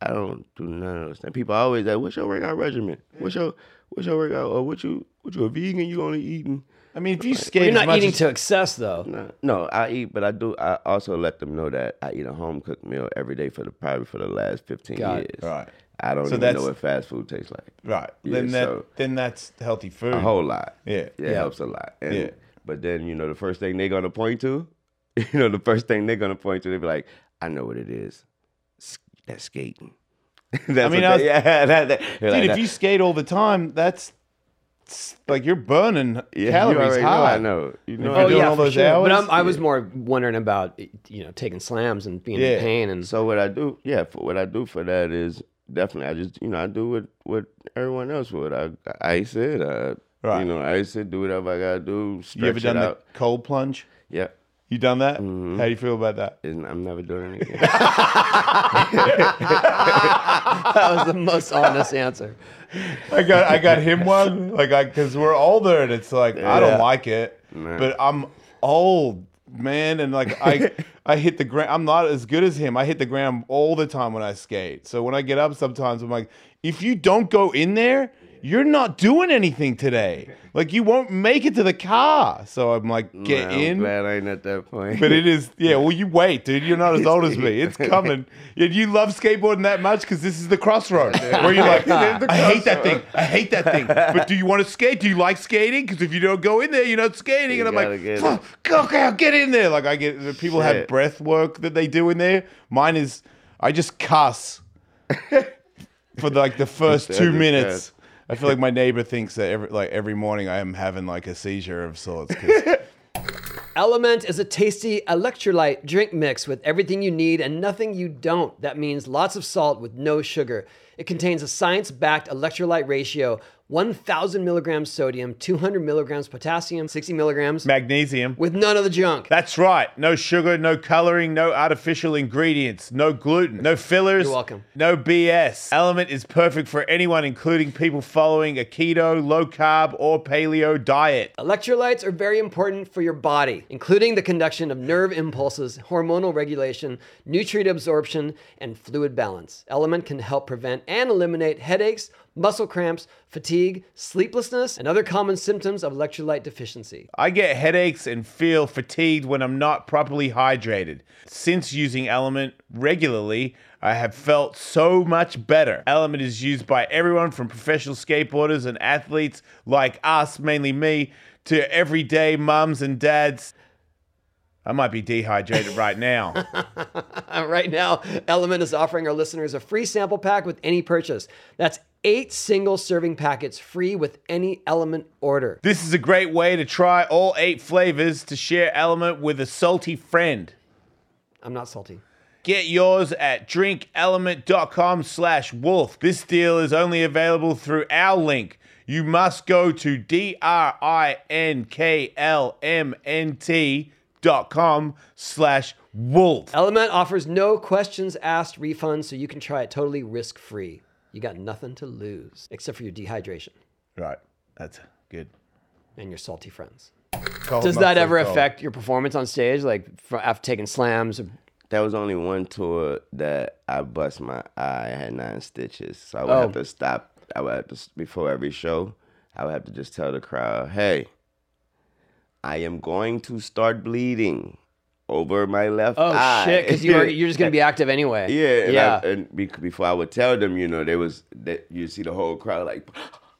Speaker 2: I don't do none of those things. People always like, "What's your workout regimen? What's your what's your workout? Or what you what you a vegan? You only eating?"
Speaker 4: I mean, if you skate,
Speaker 1: You're
Speaker 4: as
Speaker 1: not
Speaker 4: much
Speaker 1: eating
Speaker 4: as-
Speaker 1: to excess though.
Speaker 2: No, no, I eat, but I do. I also let them know that I eat a home cooked meal every day for the probably for the last fifteen
Speaker 1: Got
Speaker 2: years.
Speaker 1: it.
Speaker 4: Right.
Speaker 2: I don't
Speaker 4: So
Speaker 2: even
Speaker 4: that's-
Speaker 2: know what fast food tastes like.
Speaker 4: right,
Speaker 2: Yeah,
Speaker 4: then that
Speaker 2: so-
Speaker 4: then that's healthy food.
Speaker 2: a whole lot.
Speaker 4: Yeah.
Speaker 2: it helps a lot. And,
Speaker 4: Yeah.
Speaker 2: But then you know the first thing they're gonna point to, you know the first thing they're gonna point to, they be like, I know what it is, S- that's skating. that's I
Speaker 4: mean,
Speaker 2: mean,
Speaker 4: I was-
Speaker 2: yeah, that, that,
Speaker 4: Dude, if you skate all the time, that's it's like you're burning
Speaker 2: yeah, you
Speaker 4: calories
Speaker 2: already know
Speaker 4: high.
Speaker 2: I know. You know,
Speaker 4: you're
Speaker 2: I
Speaker 4: doing
Speaker 2: know.
Speaker 4: all
Speaker 1: Oh, for
Speaker 4: those
Speaker 1: But
Speaker 4: hours?
Speaker 1: I'm, I was more wondering about you know taking slams and being
Speaker 4: Yeah.
Speaker 1: in pain and
Speaker 2: So what I do, yeah, for what I do for that is definitely I just you know I do what what everyone else would. I I ice it. I,
Speaker 4: Right.
Speaker 2: You know, I ice it. Do whatever I gotta do. Stretch
Speaker 4: You ever done
Speaker 2: it
Speaker 4: the
Speaker 2: out. Mm-hmm.
Speaker 4: cold plunge?
Speaker 2: Yeah.
Speaker 4: You done that? How do you feel about that?
Speaker 2: And I'm never doing it again.
Speaker 1: that was the most honest answer.
Speaker 4: I got I got him one like I because we're older and it's like I
Speaker 2: Yeah.
Speaker 4: don't like it,
Speaker 2: Nah.
Speaker 4: but I'm old man and like I I hit the ground. I'm not as good as him. I hit the ground all the time when I skate. So when I get up, sometimes I'm like, if you don't go in there, you're not doing anything today. Like you won't make it to the car. So I'm like, get
Speaker 2: Nah, I'm
Speaker 4: in.
Speaker 2: Glad I ain't at that point.
Speaker 4: But it is, yeah. Well, you wait, dude. You're not as old as me. It's coming. And you love skateboarding that much because this is the crossroad where you're like, I hate that thing. I hate that thing. But do you want to skate? Do you like skating? Because if you don't go in there, you're not skating.
Speaker 2: You
Speaker 4: and I'm
Speaker 2: gotta
Speaker 4: like,
Speaker 2: get
Speaker 4: "Fuck, go, go, get in there. Like I get the people have
Speaker 2: Shit.
Speaker 4: breath work that they do in there. Mine is, I just cuss for like the first
Speaker 2: That's
Speaker 4: two
Speaker 2: bad.
Speaker 4: minutes. I feel like my neighbor thinks that every like every morning I am having like a seizure of sorts. 'cause
Speaker 1: Element is a tasty electrolyte drink mix with everything you need and nothing you don't. That means lots of salt with no sugar. It contains a science backed electrolyte ratio 1,000 milligrams sodium, 200 milligrams potassium, 60 milligrams
Speaker 4: Magnesium.
Speaker 1: with none of the junk.
Speaker 4: That's right. No sugar, no coloring, no artificial ingredients, no gluten, no fillers.
Speaker 1: You're welcome.
Speaker 4: No BS. Element is perfect for anyone, including people following a keto, low carb, or paleo diet.
Speaker 1: Electrolytes are very important for your body, including the conduction of nerve impulses, hormonal regulation, nutrient absorption, and fluid balance. Element can help prevent and eliminate headaches, muscle cramps, fatigue, sleeplessness, and other common symptoms of electrolyte deficiency.
Speaker 4: I get headaches and feel fatigued when I'm not properly hydrated. Since using Element regularly, I have felt so much better. Element is used by everyone from professional skateboarders and athletes like us, mainly me, to everyday mums and dads. I might be dehydrated right now.
Speaker 1: Uh, right now, Element is offering our listeners a free sample pack with any purchase. That's eight single serving packets free with any Element order.
Speaker 4: This is a great way to try all eight flavors to share Element with a salty friend.
Speaker 1: I'm not salty.
Speaker 4: Get yours at drinkelement.com slash wolf. This deal is only available through our link. You must go to D-R-I-N-K-L-M-N-T dot com slash wolf.
Speaker 1: Element offers no questions asked refunds, so you can try it totally risk free. You got nothing to lose except for your dehydration
Speaker 4: Right. That's good.
Speaker 1: and your salty friends. Does that ever affect your performance on stage? Like fr after taking slams? Or,
Speaker 2: That was only one tour that I bust my eye. I had nine stitches, so I would
Speaker 1: Oh.
Speaker 2: have to stop. I would have to s- before every show. I would have to just tell the crowd, "Hey, I am going to start bleeding over my left
Speaker 1: oh
Speaker 2: eye."
Speaker 1: shit! Because you are, you're just gonna be active anyway.
Speaker 2: yeah, and,
Speaker 1: yeah. uh,
Speaker 2: I, and be, before I would tell them, you know, there was that you see the whole crowd like,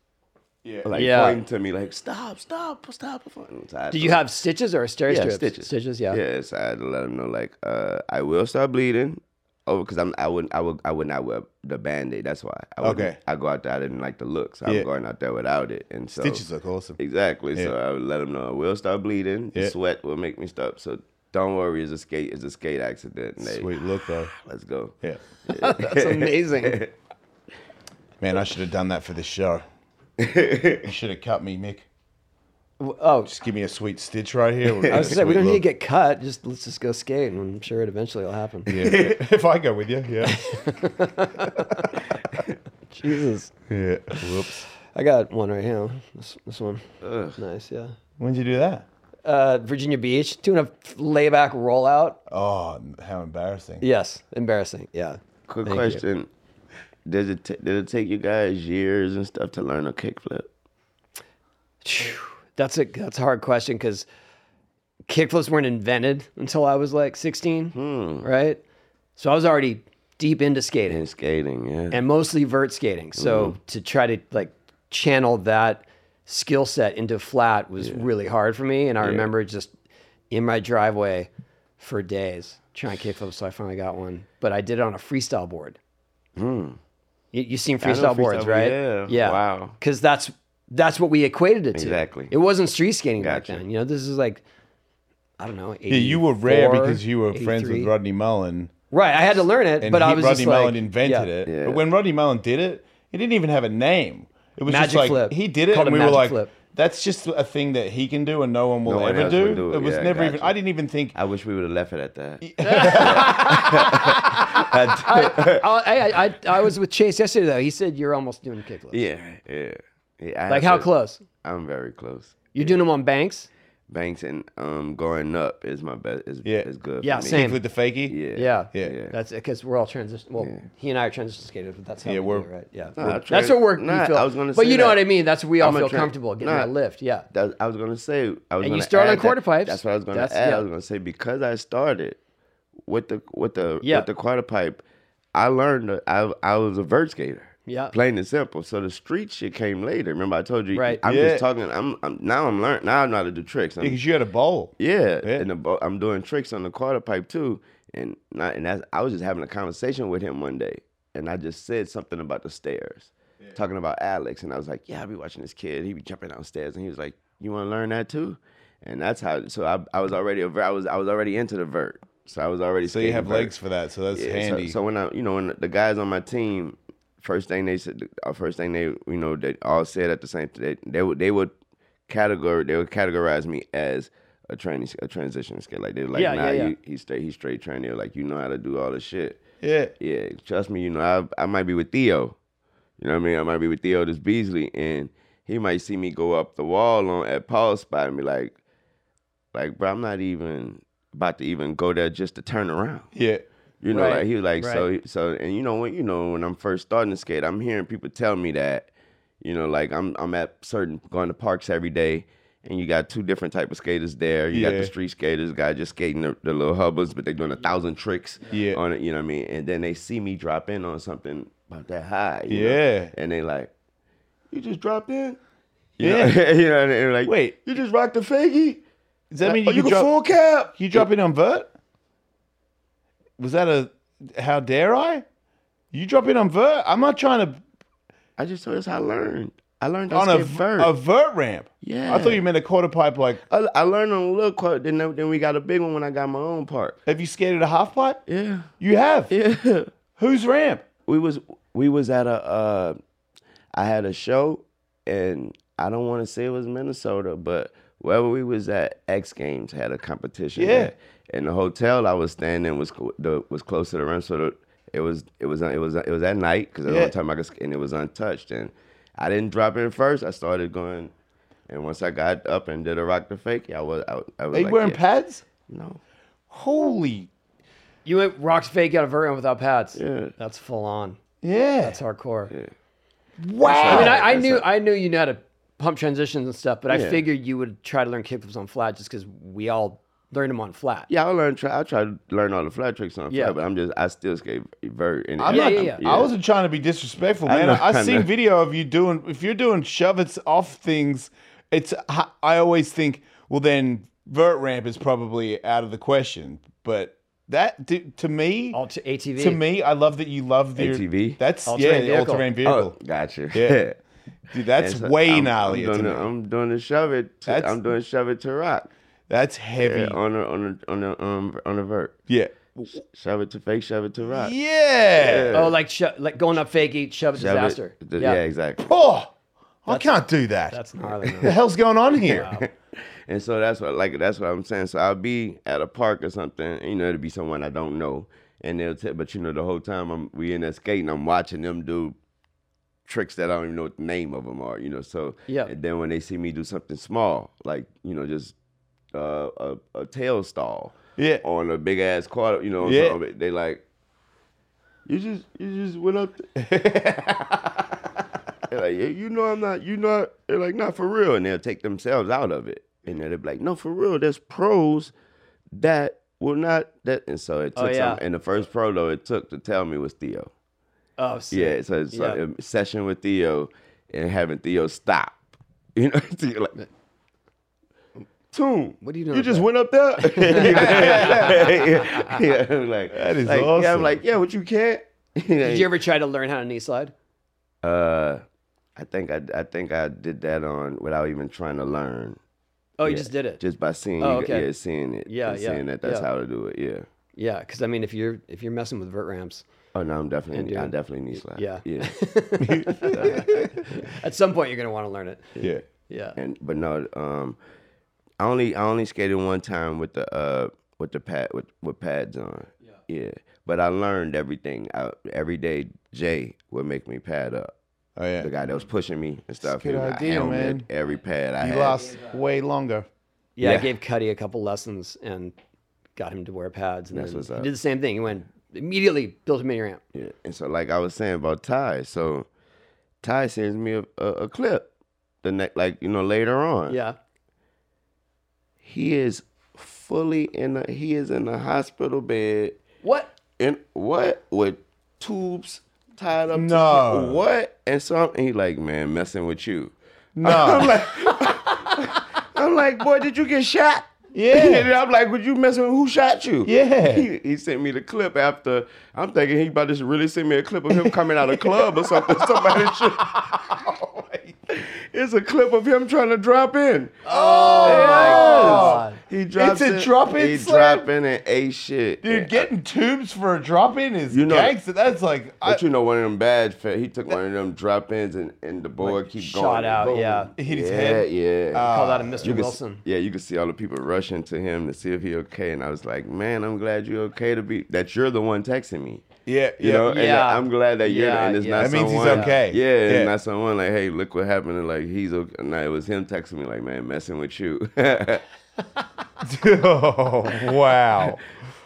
Speaker 2: yeah, like
Speaker 1: Yeah.
Speaker 2: pointing to me, like, "Stop, stop, stop!" So I had
Speaker 1: Do
Speaker 2: to
Speaker 1: you have stitches or a stair
Speaker 2: yeah,
Speaker 1: strip?
Speaker 2: stitches.
Speaker 1: Stitches. Yeah.
Speaker 2: Yeah, so I had to let them know like uh, I will start bleeding. Oh, because I'm I would I would I would not wear the band aid. That's why. I wouldn't-
Speaker 4: Okay.
Speaker 2: I go out there. I didn't like the look, so
Speaker 4: Yeah.
Speaker 2: I'm going out there without it. And so
Speaker 4: Stitches look awesome.
Speaker 2: Exactly. So
Speaker 4: Yeah.
Speaker 2: I would let them know I will start bleeding. The
Speaker 4: Yeah.
Speaker 2: sweat will make me stop. So don't worry, it's a skate. It's a skate accident. And they,
Speaker 4: Sweet look though.
Speaker 2: Let's go.
Speaker 4: Yeah.
Speaker 1: That's amazing.
Speaker 4: Man, I should have done that for this show. you should have cut me, Mick.
Speaker 1: W- oh,
Speaker 4: Just give me a sweet stitch right here.
Speaker 1: I was gonna say we don't need to get cut. Just let's just go skate, and I'm sure it eventually will happen.
Speaker 4: Yeah. if I go with you, yeah.
Speaker 1: Jesus,
Speaker 4: yeah. Whoops.
Speaker 1: I got one right here. This this one,
Speaker 2: Ugh.
Speaker 1: nice, yeah.
Speaker 4: When'd you do that?
Speaker 1: Uh, Virginia Beach doing a layback rollout.
Speaker 4: Oh, how embarrassing.
Speaker 1: Yes, embarrassing. Yeah.
Speaker 2: Quick
Speaker 1: Thank you.
Speaker 2: question: Did it t- did it take you guys years and stuff to learn a kickflip?
Speaker 1: Phew. That's a that's a hard question because kickflips weren't invented until I was like 16, right? So I was already deep into skating.
Speaker 2: And skating, yeah.
Speaker 1: and mostly vert skating. So
Speaker 4: Mm-hmm.
Speaker 1: to try to like channel that skill set into flat was really hard for me. And I remember just in my driveway for days trying kickflips. So I finally got one, but I did it on a freestyle board.
Speaker 4: Hmm.
Speaker 1: You, you seen
Speaker 2: know
Speaker 1: freestyle,
Speaker 2: freestyle
Speaker 1: boards,
Speaker 2: board,
Speaker 1: right?
Speaker 2: yeah. Wow.
Speaker 1: Because that's that's what we equated it to.
Speaker 2: Exactly.
Speaker 1: It wasn't street skating
Speaker 2: Gotcha.
Speaker 1: back then. You know, this is like. I don't know.
Speaker 4: Yeah, you were rare
Speaker 1: 84,
Speaker 4: because you were friends with
Speaker 1: 83.
Speaker 4: Rodney Mullen.
Speaker 1: Right, I had to learn it,
Speaker 4: And
Speaker 1: but
Speaker 4: he,
Speaker 1: I was
Speaker 4: Rodney
Speaker 1: just like,
Speaker 4: Mullen invented
Speaker 1: yeah.
Speaker 4: it.
Speaker 2: Yeah.
Speaker 4: But when Rodney Mullen did it, it didn't even have a name. It was just
Speaker 1: Magic
Speaker 4: like
Speaker 1: flip.
Speaker 4: he did it,
Speaker 1: Called
Speaker 4: and
Speaker 1: it
Speaker 4: we were
Speaker 1: magic
Speaker 4: like,
Speaker 1: flip.
Speaker 4: "That's just a thing that he can do, and no one will
Speaker 2: No one
Speaker 4: ever
Speaker 2: else
Speaker 4: do."
Speaker 2: would do it.
Speaker 4: It was
Speaker 2: Yeah,
Speaker 4: never even.
Speaker 2: gotcha.
Speaker 4: I didn't even think.
Speaker 2: I wish we would have left it at that.
Speaker 1: I, Oh, I, I, I was with Chase yesterday though. He said you're almost doing kickflips.
Speaker 2: yeah, yeah. yeah I have
Speaker 1: Like how
Speaker 2: to-
Speaker 1: close?
Speaker 2: I'm very close.
Speaker 1: You're doing them on banks?
Speaker 2: Banks and um going up is my best. Is,
Speaker 4: Yeah.
Speaker 2: is good.
Speaker 1: Yeah,
Speaker 2: for me.
Speaker 1: same.
Speaker 4: With the fakie,
Speaker 2: Yeah,
Speaker 1: Yeah.
Speaker 4: Yeah.
Speaker 2: Yeah.
Speaker 1: That's because we're all transition. Well, he and I are transition skaters, but that's how
Speaker 4: Yeah,
Speaker 1: we
Speaker 4: we're-
Speaker 1: do it, right? Yeah.
Speaker 2: Nah,
Speaker 1: that's
Speaker 2: trans-
Speaker 1: what we're.
Speaker 2: nah,
Speaker 1: we feel.
Speaker 2: I was gonna
Speaker 1: but
Speaker 2: say
Speaker 1: you know
Speaker 2: that.
Speaker 1: what I mean. That's we all
Speaker 2: I'm a
Speaker 1: feel
Speaker 2: tran-
Speaker 1: comfortable getting
Speaker 2: nah.
Speaker 1: that lift. Yeah.
Speaker 2: That, I was gonna say. I was
Speaker 1: And you
Speaker 2: gonna
Speaker 1: start on
Speaker 2: add that-
Speaker 1: quarter pipes.
Speaker 2: That's what I was gonna
Speaker 1: That's-
Speaker 2: add.
Speaker 1: yeah.
Speaker 2: I was gonna say because I started with the with the
Speaker 1: Yeah.
Speaker 2: with the quarter pipe, I learned that I I was a vert skater.
Speaker 1: Yeah.
Speaker 2: Plain and simple. So the street shit came later. Remember I told you.
Speaker 1: Right.
Speaker 2: I'm
Speaker 4: Yeah.
Speaker 2: just talking. I'm, I'm now I'm learning. Now I know how to do tricks. I'm,
Speaker 4: because you had a bowl.
Speaker 2: yeah.
Speaker 4: Yeah.
Speaker 2: And the, bo- I'm doing tricks on the quarter pipe too. And not, and that's, I was just having a conversation with him one day, and I just said something about the stairs, talking about Alex, and I was like, "Yeah, I be watching this kid. He be jumping downstairs," and he was like, "You want to learn that too?" And that's how. So I, I was already a vert. I was I was already into the vert. So I was already.
Speaker 4: So you
Speaker 2: skating
Speaker 4: have
Speaker 2: vert.
Speaker 4: legs for that, so that's
Speaker 2: Yeah, so-
Speaker 4: handy.
Speaker 2: So, when I, you know, when the guys on my team, first thing they said, uh, first thing they, you know, they all said at the same, they they would they would categor they would categorize me as a training a transition skate. Like they were like,
Speaker 1: Yeah, yeah,
Speaker 2: nah,
Speaker 1: yeah.
Speaker 2: you he's straight he's straight training. They were like, you know how to do all this shit.
Speaker 4: yeah,
Speaker 2: Yeah, trust me, you know, I I might be with Theo. You know what I mean? I might be with Theo this Beasley and he might see me go up the wall on at Paul's spot and be like, like, bro, I'm not even about to even go there just to turn around.
Speaker 4: yeah.
Speaker 2: You know,
Speaker 1: Right,
Speaker 2: like he was like so
Speaker 1: right.
Speaker 2: so, and you know when you know when I'm first starting to skate, I'm hearing people tell me that, you know, like I'm I'm at certain going to parks every day, and you got two different type of skaters there. You got
Speaker 4: Yeah.
Speaker 2: the street skaters, guy just skating the, the little hubbers, but they're doing a thousand tricks
Speaker 4: Yeah.
Speaker 2: on it. You know what I mean? And then they see me drop in on something about that high. you know?
Speaker 4: Yeah.
Speaker 2: and they like, you just dropped in. You
Speaker 4: Yeah.
Speaker 2: know, you know, and they're like,
Speaker 4: Wait.
Speaker 2: you just rocked the faggy.
Speaker 4: Does that mean
Speaker 2: oh,
Speaker 4: you,
Speaker 2: you
Speaker 4: can
Speaker 2: can
Speaker 4: drop?
Speaker 2: full cap?
Speaker 4: You drop in on vert? Was that a? How dare I? You drop in on vert? I'm not trying to
Speaker 2: I just told us how I learned. I learned how
Speaker 4: on
Speaker 2: to
Speaker 4: a
Speaker 2: skate vert.
Speaker 4: a vert ramp.
Speaker 2: Yeah.
Speaker 4: I thought you meant a quarter pipe. Like,
Speaker 2: I, I learned on a little court. Then then we got a big one when I got my own park.
Speaker 4: have you skated a half pipe?
Speaker 2: Yeah,
Speaker 4: You have.
Speaker 2: yeah.
Speaker 4: Whose ramp?
Speaker 2: We was we was at a. Uh, I had a show, and I don't want to say it was Minnesota, but wherever we was at, X Games had a competition.
Speaker 4: Yeah.
Speaker 2: there. And the hotel I was staying in was co- the, was close to the rim, so the, it was it was it was it was at night because the
Speaker 4: Yeah.
Speaker 2: only time I could sk- and it was untouched. And I didn't drop in first. I started going. And once I got up and did a rock the fake, I was I, I was
Speaker 4: Are you
Speaker 2: like,
Speaker 4: wearing
Speaker 2: yeah,
Speaker 4: pads?
Speaker 2: No.
Speaker 4: Holy.
Speaker 1: You went rocks fake out of Vernon without pads.
Speaker 2: Yeah.
Speaker 1: That's full on.
Speaker 4: Yeah.
Speaker 1: That's hardcore.
Speaker 4: wow.
Speaker 1: I mean, I, I
Speaker 2: That's
Speaker 1: knew
Speaker 2: not-
Speaker 1: I knew you knew how to pump transitions and stuff, but I
Speaker 2: Yeah.
Speaker 1: figured you would try to learn kickflips on flat just because we all learned them on flat.
Speaker 2: Yeah, I learned. Try, I try to learn all the flat tricks on
Speaker 1: Yeah.
Speaker 2: flat, but I'm just I still skate vert. And
Speaker 4: I'm
Speaker 1: Yeah,
Speaker 4: not,
Speaker 1: yeah, yeah.
Speaker 4: I wasn't trying to be disrespectful,
Speaker 2: I
Speaker 4: man.
Speaker 2: know,
Speaker 4: I, I,
Speaker 2: I
Speaker 4: seen
Speaker 2: know.
Speaker 4: video of you doing. If you're doing shove it's off things, it's. I I always think, well, then vert ramp is probably out of the question. But That to, to me,
Speaker 1: Alt- ATV.
Speaker 4: to me, I love that you love the
Speaker 2: ATV?
Speaker 4: That's yeah,
Speaker 1: All-terrain
Speaker 4: the
Speaker 1: vehicle.
Speaker 4: all-terrain vehicle.
Speaker 2: Oh, gotcha.
Speaker 4: Yeah. Dude, that's
Speaker 2: And so
Speaker 4: way
Speaker 2: I'm,
Speaker 4: gnarly.
Speaker 2: I'm
Speaker 4: to
Speaker 2: doing,
Speaker 4: me.
Speaker 2: the, I'm doing the shove it. To,
Speaker 4: That's-
Speaker 2: I'm doing shove it to rock
Speaker 4: that's heavy.
Speaker 2: yeah,
Speaker 4: Yeah.
Speaker 2: on a on a on a um on a vert.
Speaker 4: Yeah.
Speaker 2: Shove it to fake. Shove it to rock.
Speaker 1: Oh, like sho- like going up fakey, shove a
Speaker 2: Shove it-
Speaker 1: disaster.
Speaker 2: th- yeah.
Speaker 1: yeah.
Speaker 2: exactly.
Speaker 4: Oh, I can't do that. What
Speaker 1: that's gnarly.
Speaker 4: the
Speaker 1: man.
Speaker 4: hell's going on here?
Speaker 2: And so that's what like that's what I'm saying. So I'll be at a park or something, and, you know, it'll be someone I don't know, and they'll tell. But you know, the whole time I'm we in there skating, I'm watching them do tricks that I don't even know what the name of them are. You know, so
Speaker 1: Yeah.
Speaker 2: And then when they see me do something small, like you know, just uh, a a tail stall,
Speaker 4: Yeah.
Speaker 2: on a big ass quarter, you know,
Speaker 4: Yeah.
Speaker 2: yeah. they like. You just you just went up. th- They're like, yeah, you know I'm not, you know, they're like, not for real. And they'll take themselves out of it. And then they'll be like, no, for real, there's pros that will not, that. And so it
Speaker 1: Oh,
Speaker 2: took
Speaker 1: yeah.
Speaker 2: some, and the first pro though it took to tell me was Theo.
Speaker 1: Oh, sick.
Speaker 2: Yeah, so it's like
Speaker 1: Yeah.
Speaker 2: a session with Theo and having Theo stop. You know, Theo like, Tune,
Speaker 1: What are you doing
Speaker 2: You
Speaker 1: up
Speaker 2: just
Speaker 1: there?"
Speaker 2: went up there. yeah, yeah, I'm like
Speaker 4: That is
Speaker 2: like, Yeah,
Speaker 4: awesome.
Speaker 2: I'm like, yeah, but you can't.
Speaker 1: Did you ever try to learn how to knee slide?
Speaker 2: Uh, I think I I think I did that on without even trying to learn,
Speaker 1: Oh, you just did it.
Speaker 2: just by seeing,
Speaker 1: Oh,
Speaker 2: you-
Speaker 1: okay.
Speaker 2: yeah, seeing it,
Speaker 1: Yeah,
Speaker 2: and
Speaker 1: yeah,
Speaker 2: seeing that that's
Speaker 1: yeah.
Speaker 2: how to do it, yeah.
Speaker 1: yeah, because I mean, if you're if you're messing with vert ramps,
Speaker 2: Oh no, I'm definitely, I
Speaker 1: doing-
Speaker 2: definitely need slap.
Speaker 1: yeah.
Speaker 2: yeah,
Speaker 1: at some point you're gonna want to learn it.
Speaker 4: Yeah.
Speaker 1: Yeah.
Speaker 2: and but no, um, I only I only skated one time with the uh with the pad with with pads on. Yeah, but I learned everything. I, every day, Jay would make me pad up.
Speaker 4: Oh yeah.
Speaker 2: The guy that was pushing me and stuff.
Speaker 4: good
Speaker 2: he was- I
Speaker 4: idea,
Speaker 2: helmet
Speaker 4: man.
Speaker 2: Every pad I
Speaker 4: He
Speaker 2: had.
Speaker 4: lost way longer.
Speaker 1: Yeah, I
Speaker 2: Yeah.
Speaker 1: gave Cuddy a couple lessons and got him to wear pads, and
Speaker 2: That's
Speaker 1: then
Speaker 2: what's
Speaker 1: he
Speaker 2: up.
Speaker 1: did the same thing. He went immediately built a mini ramp.
Speaker 2: Yeah. And so, like I was saying about Ty, so Ty sends me a, a, a clip the next, like you know, later on.
Speaker 1: Yeah,
Speaker 2: He is fully in a he is in a hospital bed
Speaker 1: what?
Speaker 2: in what with tubes tied up. to-
Speaker 4: No.
Speaker 2: what? And so I'm, and he like, man, messing with you.
Speaker 4: No.
Speaker 2: I'm like, boy, did you get shot?
Speaker 4: Yeah.
Speaker 2: And I'm like, would you messing with who shot you?
Speaker 4: Yeah.
Speaker 2: He, he sent me the clip after. I'm thinking he about to really send me a clip of him coming out of club or something. Somebody should. It's a clip of him trying to drop in. Oh, he drops
Speaker 4: It's a
Speaker 2: in-
Speaker 4: drop-in
Speaker 2: He
Speaker 4: slam?
Speaker 2: drop in and ate shit.
Speaker 4: Dude,
Speaker 2: And-
Speaker 4: getting tubes for a drop in is
Speaker 2: You know-
Speaker 4: gangster. That's like I,
Speaker 2: but you know, one of them bad fat. He took one of them drop ins and, and the boy keep
Speaker 1: shot
Speaker 2: going.
Speaker 1: out,
Speaker 2: Boom.
Speaker 1: yeah.
Speaker 4: Hit his
Speaker 2: yeah,
Speaker 4: head. Uh,
Speaker 2: Yeah.
Speaker 1: Call that a Mr.
Speaker 2: Uh, You could-
Speaker 1: Wilson.
Speaker 2: yeah, you could see all the people rushing to him to see if he okay, and I was like, "Man, I'm glad you're okay to be that you're the one texting me."
Speaker 4: yeah,
Speaker 2: You know, and
Speaker 1: Yeah.
Speaker 2: I'm glad that you're,
Speaker 1: Yeah,
Speaker 2: and it's
Speaker 1: yeah.
Speaker 2: not
Speaker 1: That
Speaker 4: means he's
Speaker 2: someone,
Speaker 4: okay.
Speaker 2: Yeah, and
Speaker 4: Yeah.
Speaker 2: not someone like, "Hey, look what happened," and like he's okay. No, it was him texting me like, "Man, messing with you." and
Speaker 4: oh, wow.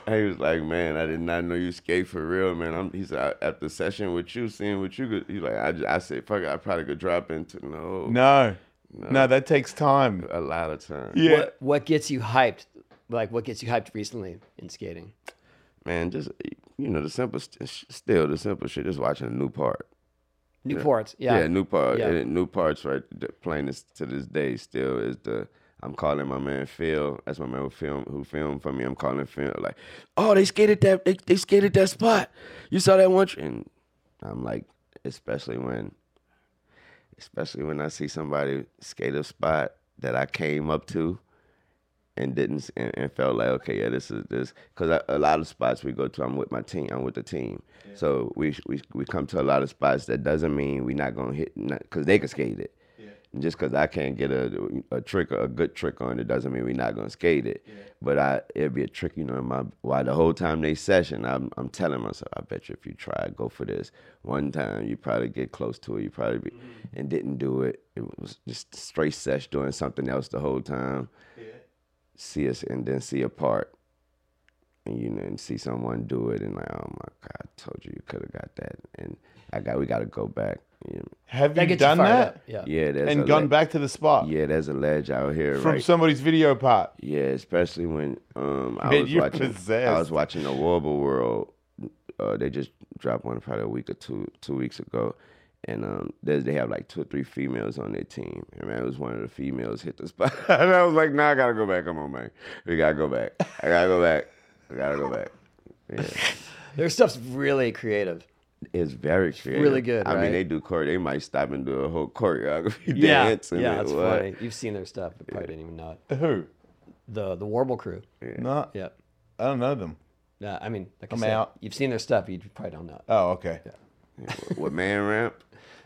Speaker 2: he was like, "Man, I did not know you skate for real, man." I'm, he said, "I- "After session with you, seeing what you could," he's like, "I, j- I said, fuck, it, I probably could drop into no,
Speaker 4: No. no. that takes time.
Speaker 2: a lot of time."
Speaker 4: Yeah.
Speaker 1: What what gets you hyped? Like what gets you hyped recently in skating?
Speaker 2: man, just you know the simple, st- sh- still the simple shit. Just watching a new part.
Speaker 1: Newports. Yeah.
Speaker 2: Yeah, new part.
Speaker 1: Yeah.
Speaker 2: And new parts. Right, th- playing this to this day still is the. I'm calling my man Phil. That's my man who film who filmed for me. I'm calling Phil like, oh, they skated that they, they skated that spot. You saw that one, tr-" and I'm like, especially when, especially when I see somebody skate a spot that I came up to, and didn't s- and, and felt like okay yeah this is this because a lot of spots we go to I'm with my team I'm with the team so we sh- we we come to a lot of spots that doesn't mean we're not gonna hit because they can skate it And just because I can't get a a trick a good trick on it doesn't mean we're not gonna skate it but I it'd be a trick you know in my why the whole time they session I'm I'm telling myself I bet you if you try go for this one time you probably get close to it you probably be, and didn't do it it was just straight sesh doing something else the whole time see us and then see a part and you know and see someone do it and like oh my god i told you you could have got that and i got we got to go back yeah,
Speaker 4: Have
Speaker 1: That
Speaker 4: you
Speaker 1: gets
Speaker 4: done
Speaker 1: you fired
Speaker 4: that?
Speaker 1: up. Yeah.
Speaker 2: yeah there's
Speaker 4: And
Speaker 2: a
Speaker 4: gone
Speaker 2: le-
Speaker 4: back to the spot
Speaker 2: yeah there's a ledge out here
Speaker 4: from
Speaker 2: right
Speaker 4: somebody's video part.
Speaker 2: yeah especially when um i
Speaker 4: Man,
Speaker 2: was
Speaker 4: you're
Speaker 2: watching i
Speaker 4: possessed.
Speaker 2: was watching the warble world uh, they just dropped one probably a week or two two weeks ago and um, there's, they have like two or three females on their team. And man, it was one of the females hit the spot. and I was like, nah, I gotta go back. Come on, man. We gotta go back. I gotta go back. I gotta go back.
Speaker 1: Their stuff's really creative.
Speaker 2: It's very creative.
Speaker 1: really good,
Speaker 2: I
Speaker 1: right?
Speaker 2: mean, they do chore. They might stop and do a whole choreography dance.
Speaker 1: yeah,
Speaker 2: and
Speaker 1: yeah,
Speaker 2: then
Speaker 1: it's
Speaker 2: what.
Speaker 1: funny. You've seen their stuff, but probably didn't even know it.
Speaker 4: Who?
Speaker 1: The the Warble Crew.
Speaker 4: Not.
Speaker 1: Yep.
Speaker 4: I don't know them.
Speaker 1: Yeah, I mean, like i
Speaker 4: I'm
Speaker 1: said,
Speaker 4: out.
Speaker 1: you've seen their stuff, you probably don't know it.
Speaker 4: Oh, okay.
Speaker 2: With man ramp.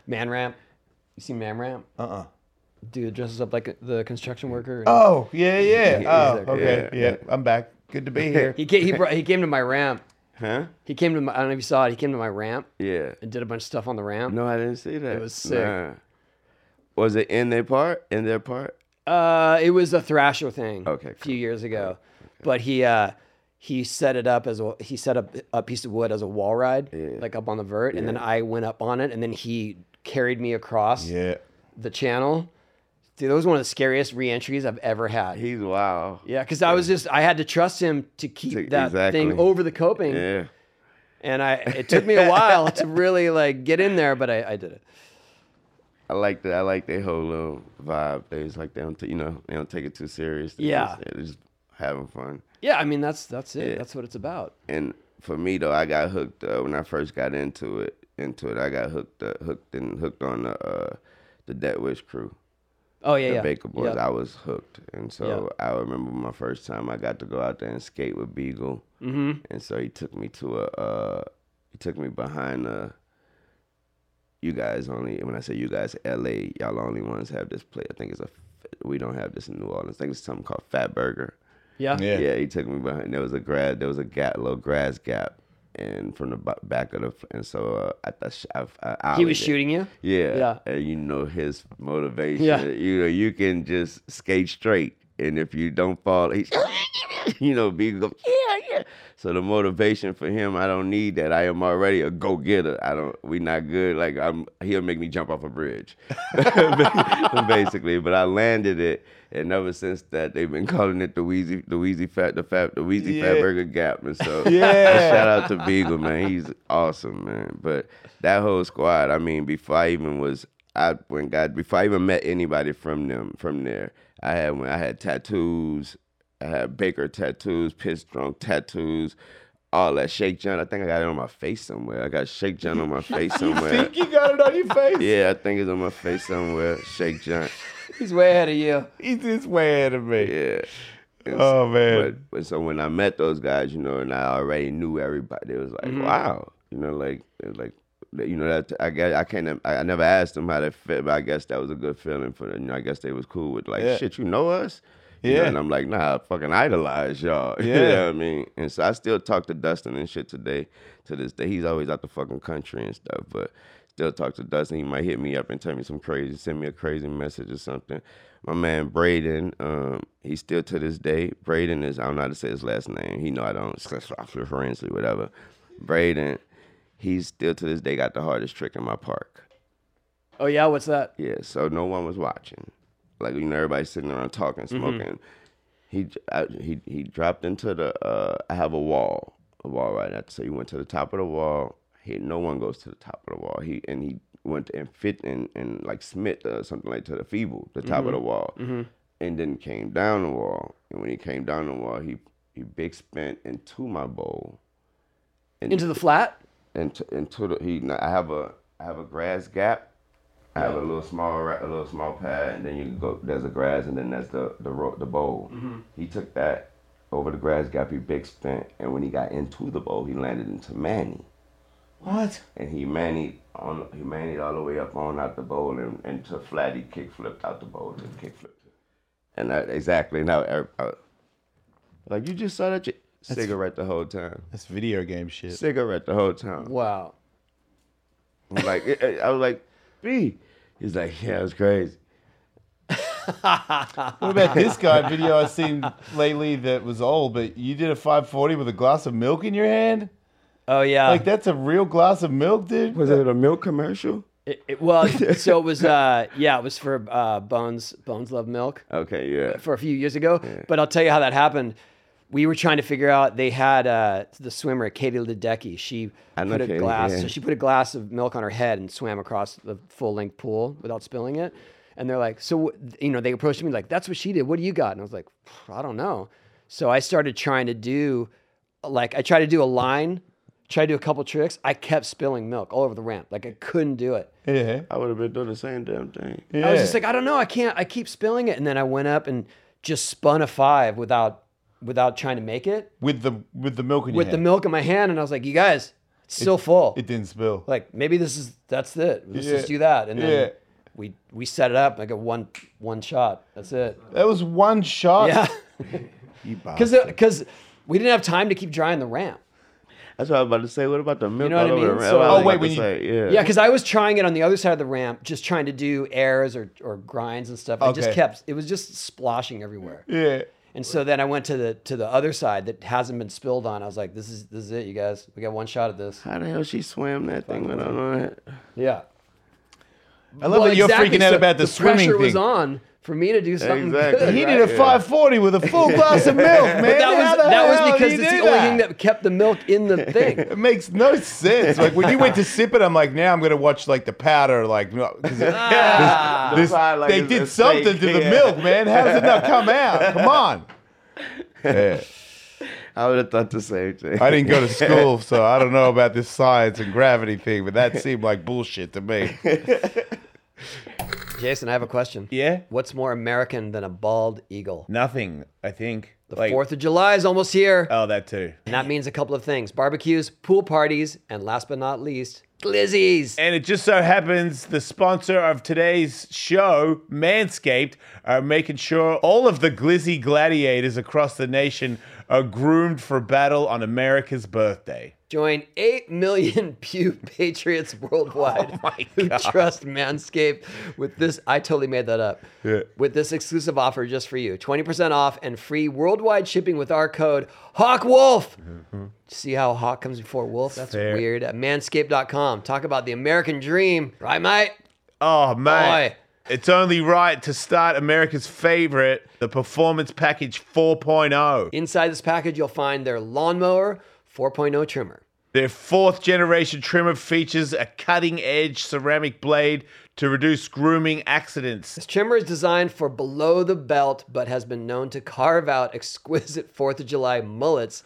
Speaker 1: Man Ramp. You seen Man Ramp?
Speaker 4: Uh uh
Speaker 1: Dude dresses up like a, the construction worker. and-
Speaker 4: Oh, yeah, yeah. Oh, okay.
Speaker 2: Yeah.
Speaker 4: Yeah. I'm back. Good to be here.
Speaker 1: He came, he, brought, he came to my ramp.
Speaker 2: Huh?
Speaker 1: He came to my, I don't know if you saw it. He came to my ramp
Speaker 2: Yeah.
Speaker 1: and did a bunch of stuff on the ramp.
Speaker 2: No, I didn't see that. It
Speaker 1: was sick.
Speaker 2: Was it in their part? In their part?
Speaker 1: Uh, it was a Thrasher thing.
Speaker 2: Okay,
Speaker 1: A
Speaker 2: cool.
Speaker 1: few years ago, but he uh, he set it up as a he set up a piece of wood as a wall ride,
Speaker 2: Yeah.
Speaker 1: like up on the vert, and then I went up on it, and then he carried me across
Speaker 4: Yeah.
Speaker 1: the channel. Dude, that was one of the scariest reentries I've ever had.
Speaker 2: He's wild.
Speaker 1: yeah, because I was just I had to trust him to keep
Speaker 2: To-
Speaker 1: that
Speaker 2: exactly.
Speaker 1: thing over the coping,
Speaker 2: Yeah.
Speaker 1: and I it took me a while to really like get in there, but I, I did it.
Speaker 2: I like that. I like their whole little vibe. They just like they don't, t- you know, they don't take it too serious. They
Speaker 1: Yeah.
Speaker 2: just, they're just having fun.
Speaker 1: Yeah, I mean that's that's it.
Speaker 2: Yeah.
Speaker 1: That's what it's about.
Speaker 2: And for me though, I got hooked uh, when I first got into it. Into it, I got hooked, uh, hooked, and hooked on the uh, the Dead Wish crew.
Speaker 1: Oh yeah,
Speaker 2: the
Speaker 1: yeah.
Speaker 2: Baker Boys,
Speaker 1: Yep.
Speaker 2: I was hooked. And so I remember my first time I got to go out there and skate with Beagle. Mm-hmm. And so he took me to a, uh, he took me behind a, you guys only, when I say you guys, LA, y'all only ones have this play. I think it's a, we don't have this in New Orleans. I think it's something called Fat Burger.
Speaker 1: yeah,
Speaker 4: Yeah.
Speaker 2: Yeah, he took me behind. There was a grad. There was a gap, little grass gap, and from the bu- back of the. And so uh, I thought sh- I, I, I
Speaker 1: He was
Speaker 2: ollied it.
Speaker 1: shooting you.
Speaker 2: Yeah.
Speaker 1: Yeah.
Speaker 2: And you know his motivation.
Speaker 1: Yeah.
Speaker 2: You know, you can just skate straight. And if you don't fall, he's, you know, be go, yeah, yeah. So the motivation for him, I don't need that. I am already a go getter. I don't, we not good. Like, I'm, he'll make me jump off a bridge, basically. But I landed it. And ever since that, they've been calling it the Wheezy, the Wheezy Fat, the Fat, the Wheezy Fat
Speaker 4: Yeah.
Speaker 2: Burger Gap. And so,
Speaker 4: Yeah.
Speaker 2: shout out to Beagle, man. He's awesome, man. But that whole squad, I mean, before I even was I when God before I even met anybody from them from there, I had when I had tattoos, I had Baker tattoos, piss drunk tattoos, all that Shake John. I think I got it on my face somewhere. I got Shake John on my face somewhere.
Speaker 4: Think you got it on your face?
Speaker 2: Yeah, I think it's on my face somewhere. Shake John.
Speaker 1: He's way ahead of you.
Speaker 4: He's just way ahead of me.
Speaker 2: Yeah. And
Speaker 4: Oh, man.
Speaker 2: But, but so when I met those guys, you know, and I already knew everybody, it was like,
Speaker 4: Mm-hmm.
Speaker 2: wow, you know, like it was like you know that I guess I can't I, I never asked them how that fit, but I guess that was a good feeling for them. You know, I guess they was cool with like,
Speaker 4: Yeah.
Speaker 2: shit, you know us. You know,
Speaker 4: Yeah.
Speaker 2: and I'm like, nah, I fucking idolize y'all. you know
Speaker 4: Yeah.
Speaker 2: what I mean? And so I still talk to Dustin and shit today, to this day. He's always out the fucking country and stuff, but still talk to Dustin. He might hit me up and tell me some crazy, send me a crazy message or something. My man Braden, um, he's still to this day. Braden is, I don't know how to say his last name. He know I don't, forensic, whatever. Braden, he's still to this day got the hardest trick in my park.
Speaker 1: Oh yeah, what's that?
Speaker 2: Yeah, so no one was watching. Like you know, everybody sitting around talking, smoking. He I, he he dropped into the. Uh, I have a wall, a wall right now. So he went to the top of the wall. He no one goes to the top of the wall. He and he went and fit and and like smit or something like to the feeble, the top of the wall, and then came down the wall. And when he came down the wall, he he big spent into my bowl
Speaker 1: Into the flat?
Speaker 2: and to, and to the he. now I have a I have a grass gap. I have a little small ra- a little small pad, and then you go. There's a grass, and then that's the the ro- the bowl. He took that over the grass gap. He big spin, and when he got into the bowl, he landed into Manny,
Speaker 4: What?
Speaker 2: and he Manny on he Manny all the way up on out the bowl, and and to flat he kick flipped out the bowl and kick flipped. And I, exactly now, I, I, like you just saw that j- cigarette the whole time,
Speaker 4: That's video game shit.
Speaker 2: cigarette the whole time.
Speaker 1: Wow.
Speaker 2: I'm like it- it- I was like, B. He's like, yeah, it was crazy.
Speaker 4: What about this guy video I seen lately that was old, but you did a 540 with a glass of milk in your hand?
Speaker 1: Oh yeah.
Speaker 4: Like that's a real glass of milk, dude.
Speaker 2: Was it a milk commercial?
Speaker 1: It, it, well, so it was. Uh, yeah, it was for uh, Bones. Bones love milk
Speaker 2: Okay, yeah.
Speaker 1: for a few years ago. But I'll tell you how that happened. We were trying to figure out. They had uh, the swimmer Katie Ledecky. She
Speaker 2: I know
Speaker 1: put a
Speaker 2: Katie,
Speaker 1: glass.
Speaker 2: yeah.
Speaker 1: So she put a glass of milk on her head and swam across the full length pool without spilling it. And they're like, so wh- you know, they approached me like, that's what she did. What do you got? And I was like, I don't know. So I started trying to do like I tried to do a line, tried to do a couple tricks. I kept spilling milk all over the ramp. Like I couldn't do it.
Speaker 4: Yeah.
Speaker 2: I would have been doing the same damn thing.
Speaker 4: yeah.
Speaker 1: I was just like, I don't know, I can't. I keep spilling it, and then I went up and just spun a five without without trying to make it
Speaker 4: with the with the milk in
Speaker 1: with
Speaker 4: your
Speaker 1: the
Speaker 4: hand.
Speaker 1: milk in my hand, and I was like, you guys, it's still full.
Speaker 4: It didn't spill.
Speaker 1: like maybe this is that's it. Let's
Speaker 4: Yeah.
Speaker 1: just do that, and then
Speaker 4: Yeah.
Speaker 1: we we set it up like a one one shot. That's it.
Speaker 4: that was one shot.
Speaker 1: Yeah,
Speaker 2: You bought
Speaker 1: because because we didn't have time to keep drying the ramp.
Speaker 2: That's what I was about to say. What about the milk
Speaker 1: know what
Speaker 2: all
Speaker 1: I
Speaker 2: over the
Speaker 1: mean?
Speaker 2: ramp?
Speaker 1: So-
Speaker 2: I was
Speaker 1: Oh,
Speaker 2: about
Speaker 4: wait,
Speaker 2: to
Speaker 4: when you-
Speaker 2: say, yeah.
Speaker 1: Yeah, because I was trying it on the other side of the ramp, just trying to do airs or, or grinds and stuff. I just
Speaker 4: Okay.
Speaker 1: kept it was just splashing everywhere.
Speaker 4: Yeah.
Speaker 1: And so then I went to the to the other side that hasn't been spilled on. I was like, this is this is it, you guys. We got one shot at this.
Speaker 2: How the hell she swam that thing when I on it?
Speaker 1: Yeah.
Speaker 4: I love that you're freaking out about the, swimming
Speaker 1: pressure
Speaker 4: thing.
Speaker 1: was on for me to do something
Speaker 2: Exactly.
Speaker 1: good.
Speaker 4: He
Speaker 2: Right,
Speaker 4: did a
Speaker 2: yeah.
Speaker 4: 540 with a full glass of milk, man.
Speaker 1: But that
Speaker 4: How
Speaker 1: was
Speaker 4: the
Speaker 1: that
Speaker 4: hell
Speaker 1: was
Speaker 4: do
Speaker 1: because
Speaker 4: you
Speaker 1: it's the
Speaker 4: do
Speaker 1: only thing that kept the milk in the thing.
Speaker 4: It makes no sense. Like when you went to sip it, I'm like, now I'm gonna watch like the powder, like no, 'cause it-
Speaker 1: Ah.
Speaker 4: this-
Speaker 2: Probably like
Speaker 4: they
Speaker 2: it's a
Speaker 4: did something to the
Speaker 2: steak, yeah.
Speaker 4: milk, man. How does it not come out? Come on. Yeah.
Speaker 2: I would have thought the same thing.
Speaker 4: I didn't go to school, so I don't know about this science and gravity thing, but that seemed like bullshit to me.
Speaker 1: Jason, I have a question.
Speaker 4: Yeah?
Speaker 1: What's more American than a bald eagle?
Speaker 4: Nothing, I think.
Speaker 1: The Fourth of July is almost here.
Speaker 4: Oh, that too.
Speaker 1: And that means a couple of things barbecues, pool parties, and last but not least, glizzies.
Speaker 4: And it just so happens the sponsor of today's show, Manscaped, are making sure all of the glizzy gladiators across the nation are groomed for battle on America's birthday.
Speaker 1: Join 8 million Pew Patriots worldwide who trust Manscaped with this. I totally made that up. With this exclusive offer just for you 20% off and free worldwide shipping with our code HawkWolf. See how Hawk comes before Wolf? That's
Speaker 4: Fair.
Speaker 1: weird. At manscaped.com. Talk about the American dream, right, mate?
Speaker 4: Oh, man.
Speaker 1: Oi.
Speaker 4: It's only right to start America's favorite, the Performance Package oh. 4.0.
Speaker 1: Inside this package, you'll find their lawnmower 4.0 trimmer.
Speaker 4: Their fourth generation trimmer features a cutting edge ceramic blade to reduce grooming accidents.
Speaker 1: This trimmer is designed for below the belt, but has been known to carve out exquisite 4th of July mullets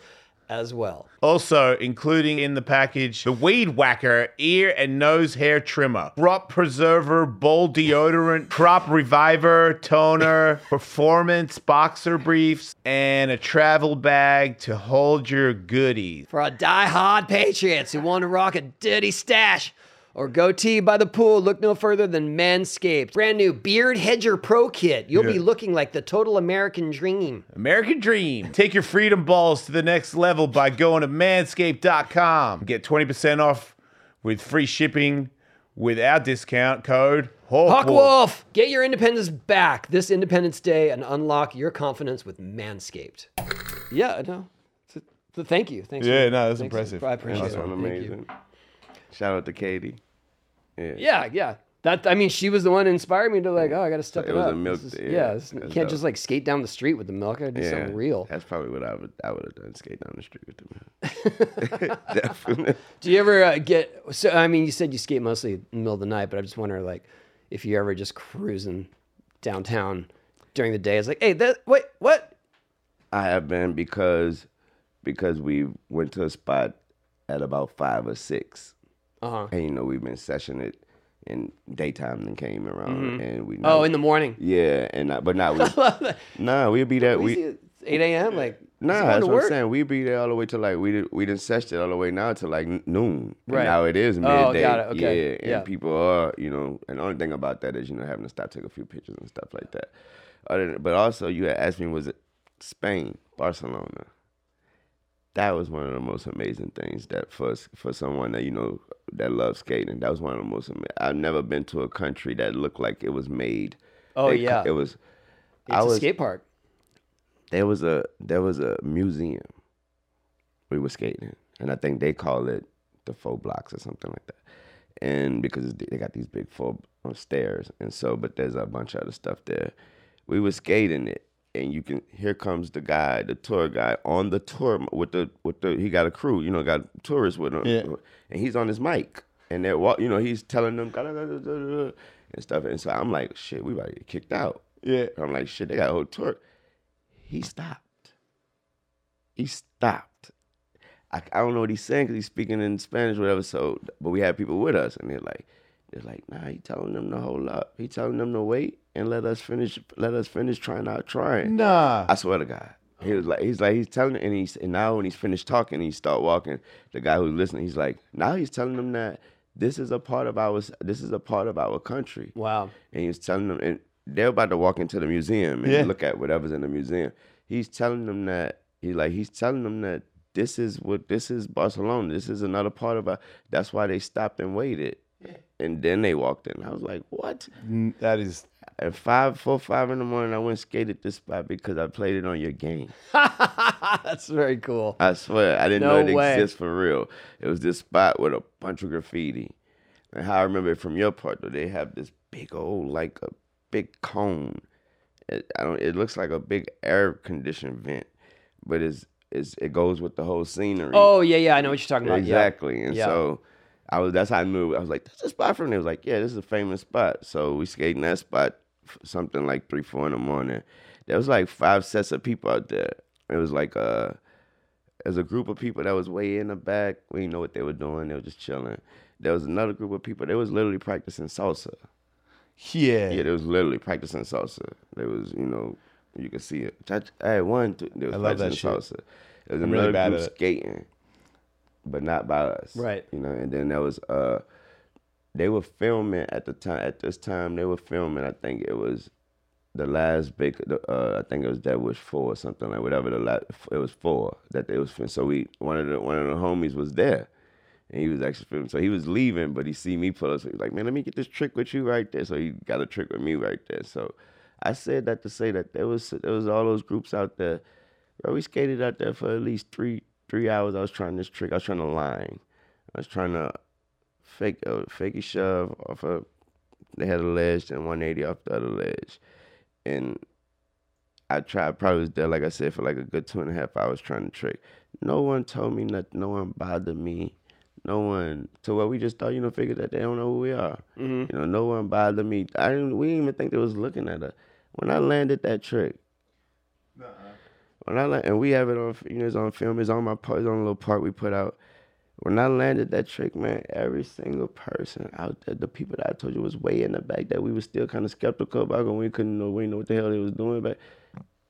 Speaker 1: as well.
Speaker 4: Also, including in the package, the Weed Whacker ear and nose hair trimmer, crop preserver, bowl deodorant, crop reviver, toner, performance boxer briefs, and a travel bag to hold your goodies.
Speaker 1: For our die-hard patriots who want to rock a dirty stash or goatee by the pool, look no further than Manscaped. Brand new Beard Hedger Pro Kit. You'll be looking like the total American dream.
Speaker 4: American Dream. Take your freedom balls to the next level by going to manscaped.com. Get 20% off with free shipping with our discount code
Speaker 1: Hawk
Speaker 4: HawkWolf.
Speaker 1: Wolf, get your independence back this Independence Day and unlock your confidence with Manscaped. Yeah, no. It's a- th- Thank you. Thanks.
Speaker 4: Yeah,
Speaker 1: for-
Speaker 4: no, that's
Speaker 1: thanks-
Speaker 4: impressive.
Speaker 1: I appreciate
Speaker 2: That's
Speaker 1: it. Thank you.
Speaker 2: amazing. Shout out to Katie.
Speaker 1: Yeah, yeah. That I mean, she was the one who inspired me to like, oh, I gotta step
Speaker 2: It
Speaker 1: it,
Speaker 2: was
Speaker 1: up.
Speaker 2: a milk
Speaker 1: This is-
Speaker 2: day,
Speaker 1: yeah,
Speaker 2: yeah.
Speaker 1: this- you
Speaker 2: That's
Speaker 1: can't
Speaker 2: dope.
Speaker 1: just like skate down the street with the milk. I gotta do something real.
Speaker 2: That's probably what I would I would have done. Skate down the street with the milk. Definitely.
Speaker 1: Do you ever uh, get? So I mean, you said you skate mostly in the middle of the night, but I just wonder like if you ever just cruising downtown during the day. It's like, hey, that wait, what?
Speaker 2: I have been because because we went to a spot at about five or six,
Speaker 1: Uh huh.
Speaker 2: and you know we've been sessioning it in daytime and came around, and we
Speaker 1: Oh,
Speaker 2: know-
Speaker 1: in the morning.
Speaker 2: yeah, and I, but not we, nah, we'd be there.
Speaker 1: We, see
Speaker 2: We
Speaker 1: it's eight a.m. Like,
Speaker 2: nah,
Speaker 1: it's going
Speaker 2: that's
Speaker 1: to
Speaker 2: what I'm
Speaker 1: work.
Speaker 2: saying. We'd be there all the way to like we did we didn't session it all the way now to like n- noon. And
Speaker 1: Right. Oh,
Speaker 2: now it is midday.
Speaker 1: got it. Okay.
Speaker 2: Yeah, and
Speaker 1: Yeah.
Speaker 2: people are you know, and the only thing about that is you know having to stop take a few pictures and stuff like that. Other than, but also you had asked me was it Spain Barcelona. That was one of the most amazing things that for us- for someone that you know that loves skating. That was one of the most. ama- I've never been to a country that looked like it was made.
Speaker 1: Oh,
Speaker 2: It c-
Speaker 1: yeah.
Speaker 2: it was.
Speaker 1: It's a skate park.
Speaker 2: There was a there was a museum we were skating in, and I think they call it the four blocks or something like that. And because they got these big four uh, stairs, and so but there's a bunch of other stuff there. We were skating it, and you can here comes the guy, the tour guy on the tour m- with the with the he got a crew, you know, got tourists with him,
Speaker 4: Yeah.
Speaker 2: and he's on his mic, and they're wa- you know he's telling them "Gah, gah, gah, gah, gah, gah," and stuff, and so I'm like, shit, we about to get kicked out.
Speaker 4: Yeah.
Speaker 2: And I'm like, shit, they got a whole tour. He stopped. He stopped. I, I don't know what he's saying because he's speaking in Spanish, whatever. So, but we had people with us, and they're like, they're like, nah, he telling them to hold up. He telling them to wait and let us finish, let us finish trying out trying.
Speaker 4: Nah.
Speaker 2: I swear to God. He was like, he's like, he's telling, and he's, and now when he's finished talking, he start walking. The guy who's listening, he's like, now he's telling them that this is a part of our, this is a part of our country
Speaker 1: Wow.
Speaker 2: and he was telling them, and they're about to walk into the museum and
Speaker 4: Yeah.
Speaker 2: look at whatever's in the museum. He's telling them that he like he's telling them that this is what this is Barcelona. This is another part of our. That's why they stopped and waited, and then they walked in. I was like, what?
Speaker 4: N- That is
Speaker 2: At five, four, five in the morning, I went and skated this spot because I played it on your game.
Speaker 1: That's very cool.
Speaker 2: I swear, I didn't
Speaker 1: No
Speaker 2: know it
Speaker 1: way.
Speaker 2: exists for real. It was this spot with a bunch of graffiti. And how I remember it from your part though, they have this big old like a big cone. It, I don't. It looks like a big air conditioned vent, but it's, it's it goes with the whole scenery.
Speaker 1: Oh yeah, yeah. I know what you're talking about. Yeah.
Speaker 2: Exactly. And
Speaker 1: Yeah.
Speaker 2: so I was that's how I knew. I was like, that's a spot from there. It was like, yeah, this is a famous spot. So we skating that spot f- something like three, four in the morning. There was like five sets of people out there. It was like uh as a group of people that was way in the back. We didn't know what they were doing. They were just chilling. There was another group of people. They was literally practicing salsa.
Speaker 4: yeah.
Speaker 2: Yeah, they was literally practicing salsa. They was, you know, you could see it. Cha- I had one. Two, they was
Speaker 4: I love that
Speaker 2: practicing salsa. It was
Speaker 4: I'm really
Speaker 2: another
Speaker 4: bad
Speaker 2: group
Speaker 4: at it.
Speaker 2: skating, but not by us.
Speaker 1: Right.
Speaker 2: You know, and then there was uh, they were filming at the time. At this time, they were filming. I think it was the last big. the, Uh, I think it was Dead Wish Four or something like whatever. The last it was four that they was filming. So we one of the one of the homies was there. And he was actually filming. So he was leaving, but he see me pull up. So he was like, man, let me get this trick with you right there. So he got a trick with me right there. So I said that to say that there was there was all those groups out there. Bro, we skated out there for at least three three hours. I was trying this trick. I was trying to line. I was trying to fake a fake a shove off a they had a ledge and 180 off the other ledge. And I tried probably was there, like I said, for like a good two and a half hours trying to trick. No one told me nothing. No one bothered me. No one. So what we just thought, you know, figured that they don't know who we are. You know, no one bothered me. I didn't. We didn't even think they was looking at us when I landed that trick. When I la- and we have it on, you know, it's on film. It's on my part. It's on a little part we put out. When I landed that trick, man, every single person out there, the people that I told you was way in the back that we were still kind of skeptical about, and we couldn't know, we didn't know what the hell they was doing, but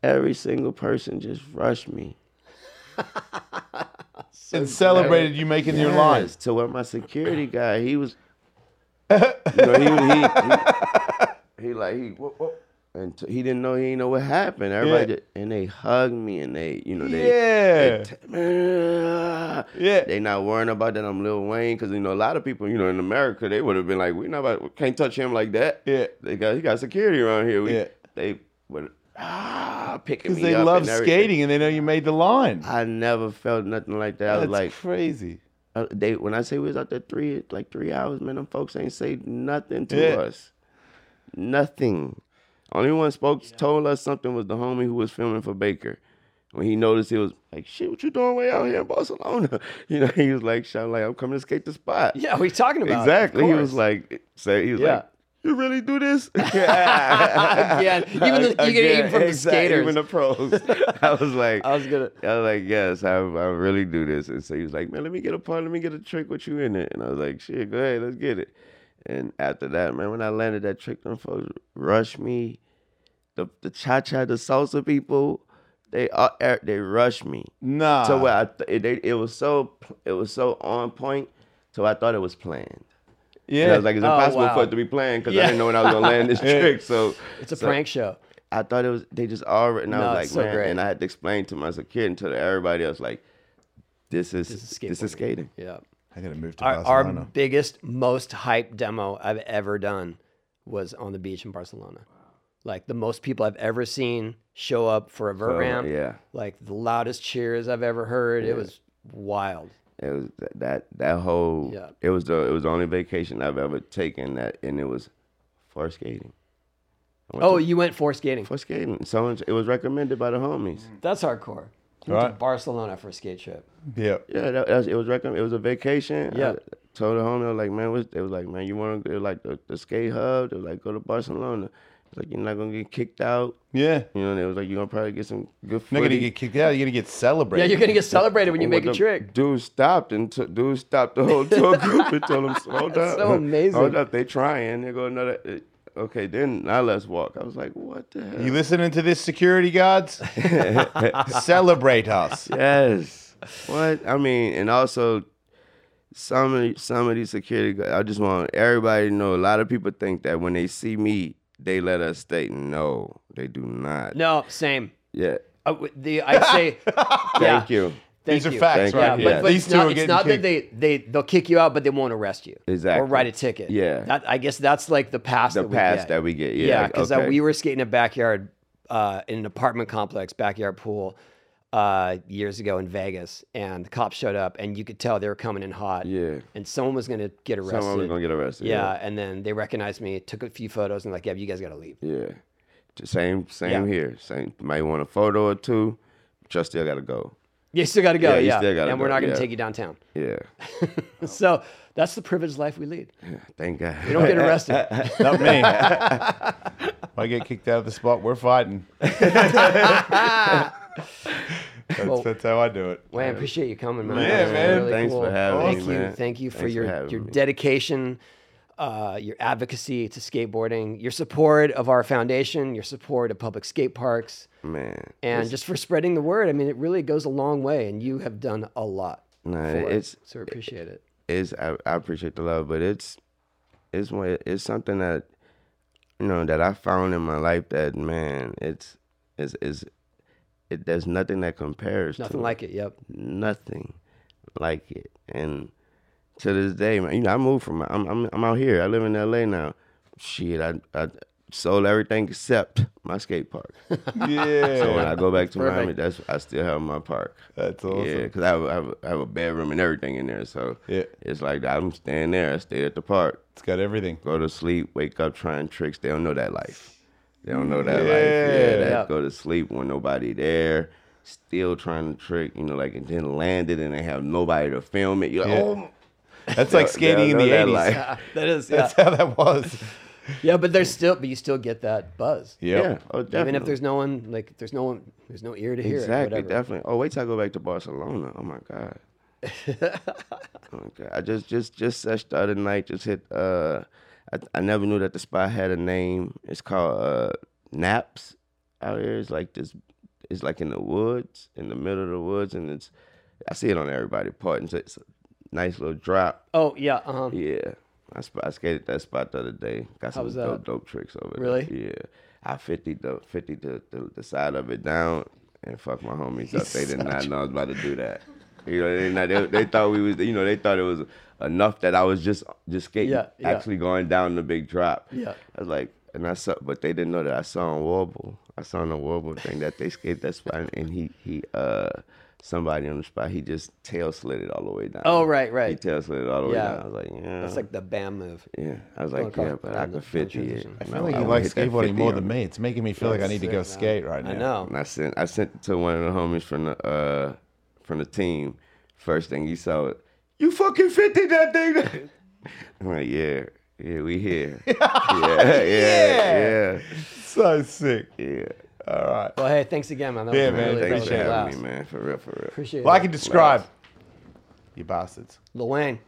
Speaker 2: every single person just rushed me.
Speaker 4: and celebrated you making your lines.
Speaker 2: Yes, To where my security guy, he was, you know, he, he, he, he like, he, whoop, whoop. And t- he didn't know, he didn't know what happened. Everybody,
Speaker 4: Yeah.
Speaker 2: just, and they hugged me and they, you know, they,
Speaker 4: Yeah.
Speaker 2: yeah.
Speaker 4: Yeah.
Speaker 2: They not worrying about that I'm Lil Wayne because you know a lot of people you know in America they would have been like we not about, we can't touch him like that.
Speaker 4: Yeah.
Speaker 2: They got he got security around here. We,
Speaker 4: Yeah.
Speaker 2: They would ah picking
Speaker 4: Because
Speaker 2: me
Speaker 4: they
Speaker 2: up
Speaker 4: love
Speaker 2: and everything.
Speaker 4: skating and they know you made the line.
Speaker 2: I never felt nothing like that. I
Speaker 4: That's
Speaker 2: was like
Speaker 4: crazy.
Speaker 2: uh, they when I say we was out there three like three hours, man, them folks ain't say nothing to
Speaker 4: Yeah.
Speaker 2: us. Nothing. Only one spoke told us something was the homie who was filming for Baker. When he noticed it was like, shit, what you doing way out here in Barcelona? You know, he was like shouting like, I'm coming to skate the spot.
Speaker 1: Yeah, what are you talking about? Of
Speaker 2: exactly. He was
Speaker 1: course.
Speaker 2: like say he was
Speaker 1: Yeah.
Speaker 2: like, You really do this?
Speaker 1: again, even the, you get even from the
Speaker 2: Exactly,
Speaker 1: skaters.
Speaker 2: Even the pros. I was like,
Speaker 1: I was gonna.
Speaker 2: I was like, yes, I, I really do this. And so he was like, man, let me get a part, let me get a trick with you in it. And I was like, shit, go ahead, let's get it. And after that, man, when I landed that trick, them folks rushed me. The the cha cha, the salsa people, they all- er, they rushed me.
Speaker 4: Nah.
Speaker 2: So where I th- it, they- it was so it was so on point, so I thought it was planned. And I
Speaker 4: yeah.
Speaker 2: was like, it's
Speaker 1: Oh,
Speaker 2: impossible
Speaker 1: wow.
Speaker 2: for it to be planned because
Speaker 1: Yeah.
Speaker 2: I didn't know when I was gonna land this trick. So
Speaker 1: It's a
Speaker 2: so-
Speaker 1: prank show.
Speaker 2: I thought it was they just already and I
Speaker 1: No,
Speaker 2: was like,
Speaker 1: it's so
Speaker 2: man,
Speaker 1: great.
Speaker 2: and I had to explain to my security and to everybody else like this is
Speaker 1: This is
Speaker 2: this is
Speaker 1: skateboarding.
Speaker 2: skating.
Speaker 1: Yeah.
Speaker 4: I gotta move to
Speaker 1: Our, our
Speaker 4: Barcelona.
Speaker 1: biggest, most hype demo I've ever done was on the beach in Barcelona. Like the most people I've ever seen show up for a vert
Speaker 2: Oh,
Speaker 1: ramp.
Speaker 2: yeah.
Speaker 1: Like the loudest cheers I've ever heard. It was wild.
Speaker 2: It was th- that that whole
Speaker 1: Yeah.
Speaker 2: it was the it was the only vacation I've ever taken that and it was for skating. I went
Speaker 1: Oh,
Speaker 2: to-
Speaker 1: you went for skating.
Speaker 2: for skating. Someone it was recommended by the homies.
Speaker 1: That's hardcore. You went to
Speaker 4: Right.
Speaker 1: Barcelona for a skate trip.
Speaker 4: yeah.
Speaker 2: Yeah, that, that's, it was recommend. It was a vacation.
Speaker 1: Yeah.
Speaker 2: I told the homie, I was like, man, what's, they was like, man, you want to go like the, the skate hub? They was like, go to Barcelona. It's like you're not gonna get kicked out.
Speaker 4: Yeah.
Speaker 2: You know, and it was like you're gonna probably get some good.
Speaker 4: You're not gonna
Speaker 2: footage.
Speaker 4: get kicked out. You're gonna get
Speaker 1: Yeah,
Speaker 4: celebrated.
Speaker 1: you're gonna get celebrated when you
Speaker 2: Well,
Speaker 1: make a
Speaker 2: the
Speaker 1: trick.
Speaker 2: Dude stopped and took dude stopped the whole tour group and told them hold
Speaker 1: That's
Speaker 2: up.
Speaker 1: so amazing.
Speaker 2: Hold up, they trying. They go another. eh, Okay, then now let's walk. I was like, what the hell?
Speaker 4: You listening to this, security guards? Celebrate us.
Speaker 2: yes. What I mean, and also some of some of these security. guard- I just want everybody to know. A lot of people think that when they see me, they let us stay. No, they do not.
Speaker 1: No, same.
Speaker 2: Yeah.
Speaker 1: I would- the I say, yeah,
Speaker 2: Thank you.
Speaker 1: thank
Speaker 4: These are
Speaker 1: you.
Speaker 4: facts
Speaker 2: Thank you.
Speaker 1: Yeah,
Speaker 4: right
Speaker 1: but,
Speaker 4: here.
Speaker 2: Yeah.
Speaker 1: but
Speaker 4: These
Speaker 1: it's
Speaker 4: two
Speaker 1: not,
Speaker 4: are
Speaker 1: it's
Speaker 4: getting
Speaker 1: not that
Speaker 4: kicked.
Speaker 1: they they they'll kick you out, but they won't arrest you or
Speaker 2: Exactly.
Speaker 1: write a ticket.
Speaker 2: Yeah.
Speaker 1: that, I guess that's like the past.
Speaker 2: The
Speaker 1: that we
Speaker 2: pass
Speaker 1: get.
Speaker 2: that we get. Yeah.
Speaker 1: Yeah,
Speaker 2: like,
Speaker 1: because uh,
Speaker 2: okay.
Speaker 1: we were skating a backyard uh, in an apartment complex, backyard pool, uh, years ago in Vegas, and the cops showed up, and you could tell they were coming in hot.
Speaker 2: Yeah.
Speaker 1: and someone was gonna get arrested.
Speaker 2: Someone was gonna get arrested.
Speaker 1: yeah, and then they recognized me, took a few photos, and like, yeah, you guys gotta leave.
Speaker 2: Yeah. J- Same
Speaker 1: Yeah.
Speaker 2: same here. Same might want a photo or two, but y'all still gotta go.
Speaker 1: You still gotta go. Yeah,
Speaker 2: Yeah, you still gotta
Speaker 1: and we're
Speaker 2: go,
Speaker 1: not gonna
Speaker 2: yeah. Oh.
Speaker 1: take you downtown.
Speaker 2: Yeah.
Speaker 1: so that's the privileged life we lead.
Speaker 2: Thank God.
Speaker 1: You don't get arrested.
Speaker 4: Not me. if I get kicked out of the spot, we're fighting. that's, that's how I do it.
Speaker 1: Well, I appreciate you coming, man.
Speaker 4: Yeah,
Speaker 1: That was
Speaker 4: man.
Speaker 2: Thanks for having
Speaker 1: Thank
Speaker 2: me,
Speaker 1: you.
Speaker 2: man.
Speaker 1: Thank you for
Speaker 2: Thanks for
Speaker 1: your
Speaker 2: having
Speaker 1: your
Speaker 2: me.
Speaker 1: dedication, uh, your advocacy to skateboarding, your support of our foundation, your support of public skate parks,
Speaker 2: Man.
Speaker 1: and just for spreading the word. I mean, it really goes a long way, and you have done a lot.
Speaker 2: Nah,
Speaker 1: for it.
Speaker 2: it's-
Speaker 1: so we appreciate it.
Speaker 2: is I, I appreciate the love, but it's it's one it's something that you know that I found in my life that man, it's it's it's it, there's nothing that compares to
Speaker 1: Nothing like it. Yep.
Speaker 2: nothing like it. And to this day, man, you know, I moved from I'm I'm, I'm out here. I live in L.A. now. Shit, I I sold everything except my skate park. so when
Speaker 4: Yeah,
Speaker 2: I go back to Miami,
Speaker 1: perfect.
Speaker 2: that's I still have my park.
Speaker 4: that's
Speaker 2: Yeah, 'cause Yeah,
Speaker 4: awesome.
Speaker 2: because I have, I, have, I have a bedroom and everything in there. So
Speaker 4: Yeah.
Speaker 2: it's like I'm staying there. I stay at the park,
Speaker 4: It's got everything.
Speaker 2: go to sleep, wake up trying tricks. They don't know that life. They don't know that life.
Speaker 4: Yeah.
Speaker 2: Yeah, that
Speaker 1: Yeah.
Speaker 2: go to sleep when nobody there, still trying to trick, you know, like and then land it and they have nobody to film it. You're like,
Speaker 4: Yeah.
Speaker 2: oh,
Speaker 4: That's like skating in the '80s.
Speaker 1: That is. Yeah.
Speaker 4: That's how that was.
Speaker 1: yeah, but there's still, but you still get that buzz.
Speaker 4: Yep.
Speaker 2: yeah, oh, definitely.
Speaker 1: Even if there's no one, like there's no one, there's no ear to hear it.
Speaker 2: Exactly,
Speaker 1: whatever.
Speaker 2: definitely. Oh, wait till I go back to Barcelona. Oh my god. oh my god. I just just just searched the other night. Just hit. Uh, I I never knew that the spot had a name. It's called uh Naps out here. It's like this. It's like in the woods, in the middle of the woods, and it's. I see it on everybody part, and so it's a nice little drop.
Speaker 1: Oh yeah. Uh-huh.
Speaker 2: Yeah. I, sp- I skated that spot the other day. Got some
Speaker 1: was that?
Speaker 2: dope, dope tricks over there.
Speaker 1: Really?
Speaker 2: Yeah. I 50 the 50 the, the, the side of it down and fuck my homies up. They did not know I was about to do that. You know, they, not, they, they thought we was, you know, they thought it was enough that I was just just skating,
Speaker 1: Yeah, yeah.
Speaker 2: actually going down the big drop.
Speaker 1: Yeah.
Speaker 2: I was like, and I saw, but they didn't know that I saw on Warble. I saw on the Warble thing that they skated that spot, and he he uh somebody on the spot he just tail slid it all the way down.
Speaker 1: Oh, right,
Speaker 2: He
Speaker 1: right.
Speaker 2: tail slid it all the
Speaker 1: Yeah.
Speaker 2: way down. I was like, yeah,
Speaker 1: That's like the BAM move.
Speaker 2: yeah, I was
Speaker 1: Going
Speaker 2: like, yeah,
Speaker 1: across
Speaker 2: but
Speaker 1: the-
Speaker 2: I
Speaker 1: the
Speaker 2: could 50 it.
Speaker 1: transition.
Speaker 4: I feel
Speaker 2: No,
Speaker 4: like you
Speaker 2: wouldn't
Speaker 4: like
Speaker 2: hit that
Speaker 4: skateboarding
Speaker 2: 50
Speaker 4: more
Speaker 2: on
Speaker 4: than
Speaker 2: it.
Speaker 4: me. It's making me feel like I need to go skate right now.
Speaker 1: I know.
Speaker 2: And I sent, I sent it to one of the homies from the, uh, from the team. First thing he saw, it, you fucking 50 that thing. I'm like, yeah, yeah, we here. yeah, yeah, yeah,
Speaker 4: So sick.
Speaker 2: yeah.
Speaker 4: All right.
Speaker 1: Well, hey, thanks again, man. That
Speaker 4: Yeah,
Speaker 1: was
Speaker 4: man,
Speaker 1: Really
Speaker 2: Thanks for
Speaker 1: appreciate
Speaker 2: having
Speaker 1: it.
Speaker 2: me, man. For real, for real.
Speaker 1: Appreciate
Speaker 4: Well, I
Speaker 1: it.
Speaker 4: can describe. You bastards.
Speaker 1: Lil Wayne,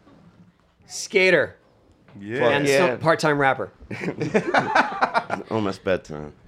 Speaker 1: skater
Speaker 2: Yeah,
Speaker 1: and some part-time rapper.
Speaker 2: on my spare time.